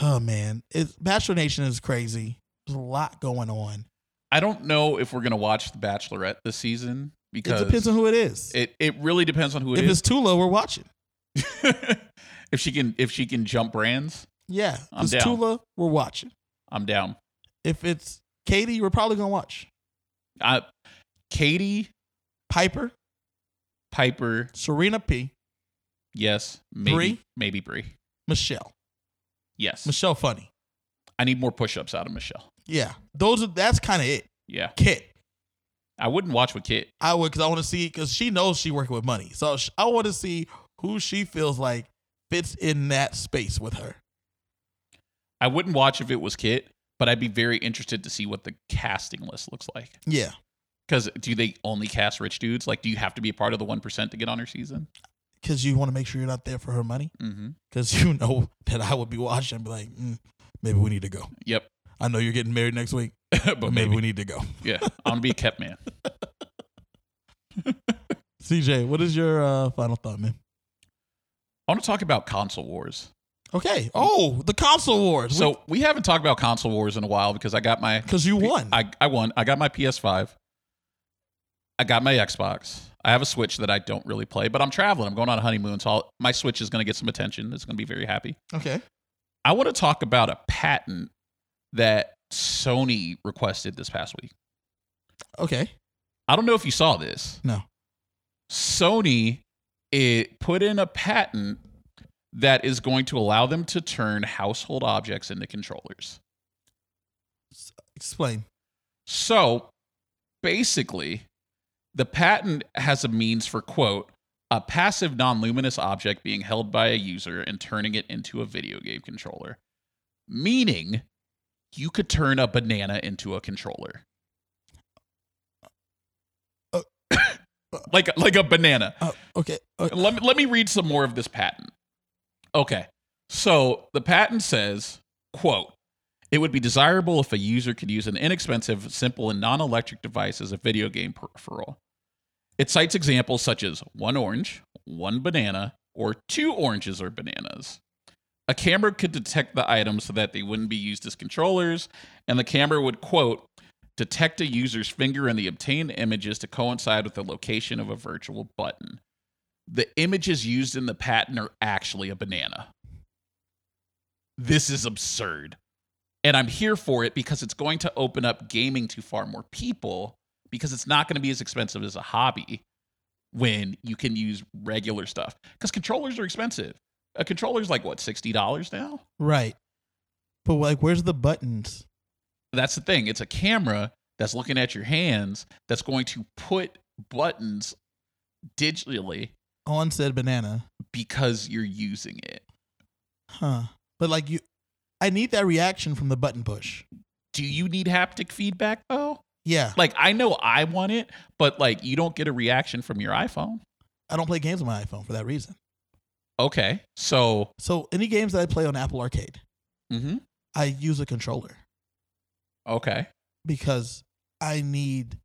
A: Oh, man. It's, Bachelor Nation is crazy. There's a lot going on.
B: I don't know if we're gonna watch The Bachelorette this season
A: It
B: because
A: depends on who it is.
B: it, it really depends on who it
A: if
B: is.
A: it's Tula, we're watching.
B: if she can if she can jump brands,
A: Yeah. If
B: I'm
A: it's
B: down.
A: Tula, we're watching.
B: I'm down.
A: If it's Katie, we're probably going to watch.
B: I, Katie
A: Piper,
B: Piper,
A: Serena P,
B: yes, maybe
A: Bree?
B: maybe Brie,
A: Michelle.
B: yes.
A: Michelle Funny.
B: I need more push-ups out of Michelle.
A: Yeah. Those are that's kind of it.
B: Yeah,
A: Kit.
B: I wouldn't watch with Kit.
A: I would because I want to see because she knows she working with money. So sh- I want to see who she feels like fits in that space with her.
B: I wouldn't watch if it was Kit, but I'd be very interested to see what the casting list looks like.
A: Yeah.
B: Because do they only cast rich dudes? Like, do you have to be a part of the one percent to get on her season?
A: Because you want to make sure you're not there for her money.
B: Mm-hmm.
A: Because you know that I would be watching and be like, mm, maybe we need to go.
B: Yep,
A: I know you're getting married next week,
B: but
A: but
B: maybe.
A: maybe, we need to go.
B: yeah, I'm gonna be a kept man.
A: CJ, what is your uh, final thought, man?
B: I want to talk about console wars.
A: Okay. Oh, the console wars.
B: So we haven't talked about console wars in a while because I got my
A: because you won.
B: I, I won. I got my PS5. I got my Xbox. I have a Switch that I don't really play, but I'm traveling. I'm going on a honeymoon, so I'll, my Switch is going to get some attention. It's going to be very happy.
A: okay.
B: I want to talk about a patent that Sony requested this past week.
A: Okay.
B: I don't know if you saw this.
A: No.
B: Sony it put in a patent that is going to allow them to turn household objects into controllers.
A: Explain.
B: So basically, the patent has a means for, quote, a passive non luminous object being held by a user and turning it into a video game controller. Meaning, you could turn a banana into a controller.
A: Uh,
B: like, like a banana.
A: Uh, okay. Uh,
B: Let me, let me read some more of this patent. Okay. So the patent says, quote, it would be desirable if a user could use an inexpensive, simple, and non electric device as a video game peripheral. It cites examples such as one orange, one banana, or two oranges or bananas. A camera could detect the items so that they wouldn't be used as controllers, and the camera would, quote, detect a user's finger and the obtained images to coincide with the location of a virtual button the images used in the patent are actually a banana. This is absurd. And I'm here for it because it's going to open up gaming to far more people because it's not going to be as expensive as a hobby when you can use regular stuff. Because controllers are expensive. A controller's like, what, $60 now?
A: right. But like, where's the buttons?
B: That's the thing. It's a camera that's looking at your hands that's going to put buttons digitally
A: on said banana.
B: because you're using it.
A: Huh. But like you I need that reaction from the button push.
B: do you need haptic feedback though?
A: Yeah.
B: Like I know I want it, but like you don't get a reaction from your iPhone.
A: I don't play games on my iPhone for that reason.
B: Okay. So,
A: So any games that I play on Apple Arcade,
B: mhm.
A: I use a controller
B: okay.
A: because I need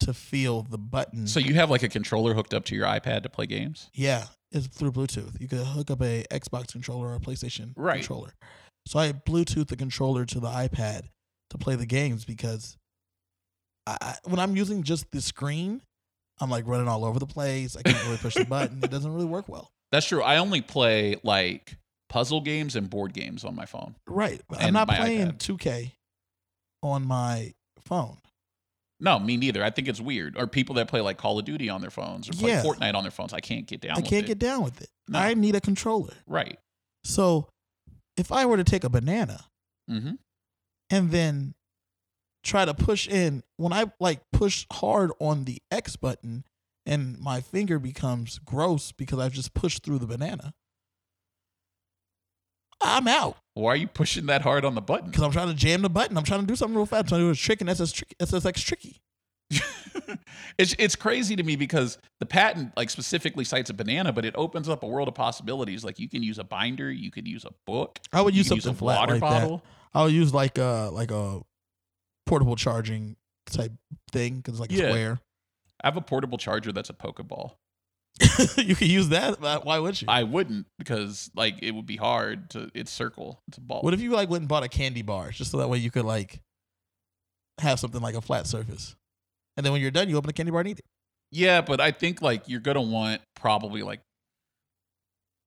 A: to feel the button.
B: So you have like a controller hooked up to your iPad to play games?
A: yeah, it's through Bluetooth. You could hook up a Xbox controller or a PlayStation
B: Right.
A: controller. So I Bluetooth the controller to the iPad to play the games because I, I when I'm using just the screen, I'm like running all over the place. I can't really push the button. It doesn't really work well.
B: That's true. I only play like puzzle games and board games on my phone.
A: Right. But I'm
B: And
A: not
B: my
A: playing
B: iPad.
A: 2K on my phone.
B: No, me neither. I think it's weird. Or people that play like Call of Duty on their phones or play
A: Yeah.
B: Fortnite on their phones. I can't get down
A: I
B: with
A: can't
B: it.
A: get down with it.
B: No.
A: I need a controller.
B: Right.
A: So if I were to take a banana
B: Mhm.
A: and then try to push in, when I like push hard on the X button and my finger becomes gross because I've just pushed through the banana, I'm out
B: Why are you pushing that hard on the button?
A: because I'm trying to jam the button. I'm trying to do something real fast. I'm trying to do a trick and SS trick, SSX tricky.
B: it's it's crazy to me because the patent like specifically cites a banana, but it opens up a world of possibilities. Like you can use a binder, you could use a book.
A: I would
B: you
A: use
B: could
A: something flat like that. I would use like a like a portable charging type thing because like
B: Yeah.
A: a square.
B: I have a portable charger that's a Pokeball.
A: you could use that. but Why would you?
B: I wouldn't because like it would be hard to. It's circle. It's a ball.
A: what if you like went and bought a candy bar just so that way you could like have something like a flat surface, and then when you're done, you open the candy bar and eat it.
B: yeah, but I think like you're gonna want probably like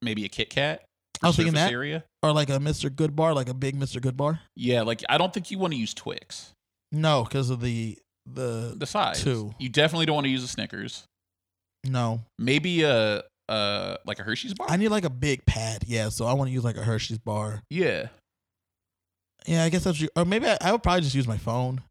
B: maybe a Kit Kat.
A: I was thinking
B: surface
A: that.
B: area.
A: Or like a Mr. Good bar, like a big Mr. Good bar.
B: Yeah, like I don't think you want to use Twix.
A: No, because of the the
B: The size.
A: Two.
B: You definitely don't want to use a Snickers.
A: no.
B: Maybe a uh like a Hershey's bar.
A: I need like a big pad, yeah. So I want to use like a Hershey's bar.
B: yeah.
A: Yeah, I guess that's or maybe I, I would probably just use my phone.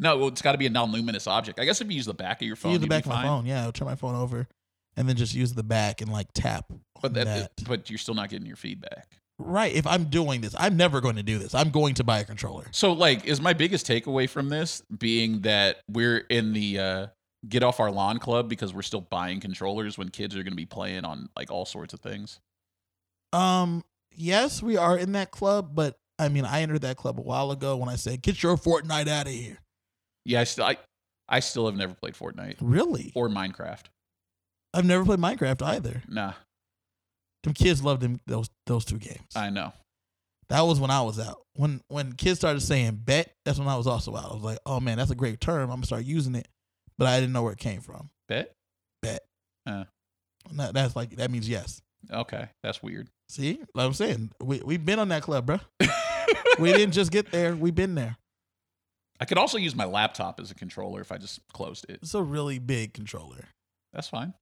B: No, well, it's got to be a non-luminous object. I guess if you use the back of your phone,
A: use the
B: you'd be
A: back of my
B: fine.
A: phone. Yeah, I'll turn my phone over, and then just use the back and like tap.
B: But
A: on
B: that,
A: that,
B: but you're still not getting your feedback.
A: right. If I'm doing this, I'm never going to do this. I'm going to buy a controller.
B: So like, is my biggest takeaway from this being that we're in the uh, get off our lawn club because we're still buying controllers when kids are going to be playing on like all sorts of things.
A: Um, yes, we are in that club, but I mean, I entered that club a while ago when I said, "Get your Fortnite out of here."
B: Yeah, I still I, I still have never played Fortnite
A: Really?
B: or Minecraft.
A: I've never played Minecraft either.
B: Nah,
A: Them kids loved them those those two games.
B: I know.
A: That was when I was out. When when kids started saying bet, that's when I was also out. I was like, oh man, that's a great term. I'm gonna start using it, but I didn't know where it came from.
B: Bet.
A: Bet.
B: Uh.
A: And that- that's like that means yes.
B: Okay, that's weird.
A: See, like I'm saying, we we've been on that club, bro. we didn't just get there. We've been there.
B: I could also use my laptop as a controller if I just closed it.
A: It's a really big controller.
B: That's fine.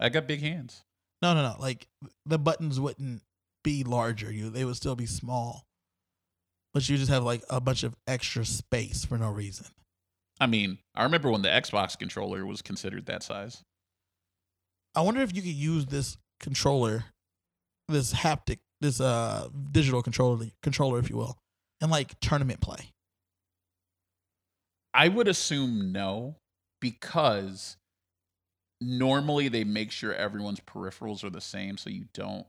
B: I got big hands.
A: No, no, no. Like the buttons wouldn't be larger. You they would still be small, but you just have like a bunch of extra space for no reason.
B: I mean, I remember when the Xbox controller was considered that size.
A: I wonder if you could use this controller, this haptic, this uh digital controller, controller if you will, and like tournament play.
B: I would assume no, because normally they make sure everyone's peripherals are the same so you don't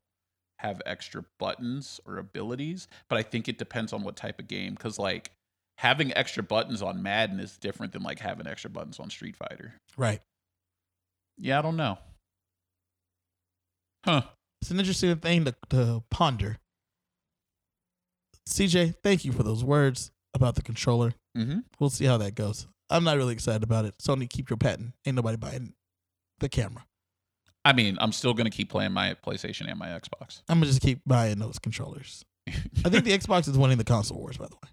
B: have extra buttons or abilities. But I think it depends on what type of game, because like having extra buttons on Madden is different than like having extra buttons on Street Fighter.
A: Right.
B: Yeah, I don't know. Huh.
A: It's an interesting thing to, to ponder. CJ, thank you for those words about the controller.
B: Mm-hmm.
A: We'll see how that goes. I'm not really excited about it. Sony, keep your patent. Ain't nobody buying the camera.
B: I mean, I'm still gonna keep playing my PlayStation and my Xbox.
A: I'm gonna just keep buying those controllers. I think the Xbox is winning the console wars, by the way.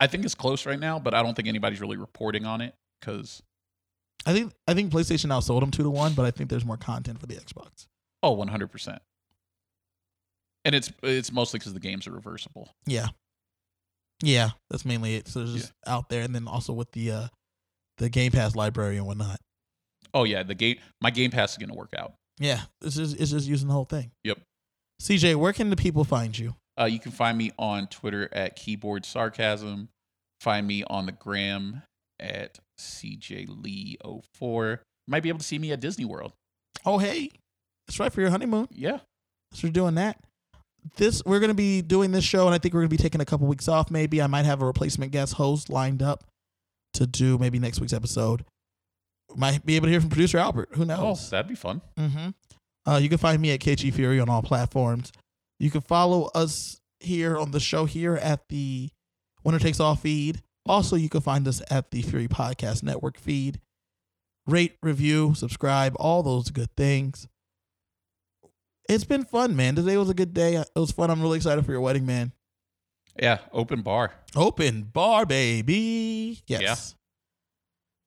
B: I think it's close right now, but I don't think anybody's really reporting on it because
A: I think I think PlayStation outsold them two to one, but I think there's more content for the Xbox.
B: oh, one hundred percent. And it's it's mostly because the games are reversible.
A: Yeah. Yeah, that's mainly it. So it's just out there, and then also with the uh the Game Pass library and whatnot.
B: Oh yeah, the game my Game Pass is gonna work out.
A: Yeah, it's just it's just using the whole thing.
B: Yep.
A: CJ, where can the people find you?
B: Uh, you can find me on Twitter at keyboard sarcasm. Find me on the gram at cjlee04. Might be able to see me at Disney World.
A: Oh hey, that's right for your honeymoon.
B: Yeah,
A: So we're doing that. This we're gonna be doing this show, and I think we're gonna be taking a couple weeks off. Maybe I might have a replacement guest host lined up to do maybe next week's episode. Might be able to hear from producer Albert. Who
B: oh,
A: knows?
B: that'd be fun.
A: Mm-hmm. Uh, you can find me at KG Fury on all platforms. You can follow us here on the show here at the Winner Takes All feed. Also, you can find us at the Fury Podcast Network feed. Rate, review, subscribe, all those good things. It's been fun, man. Today was a good day. It was fun. I'm really excited for your wedding, man.
B: Yeah, open bar.
A: Open bar, baby. Yes.
B: Yeah.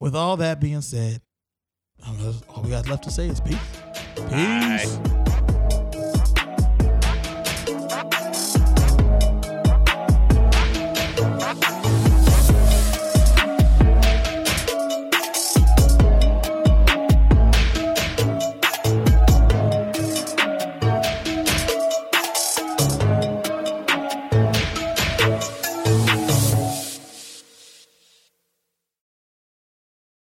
A: With all that being said, I don't know, all we got left to say is peace. Peace.
B: Bye.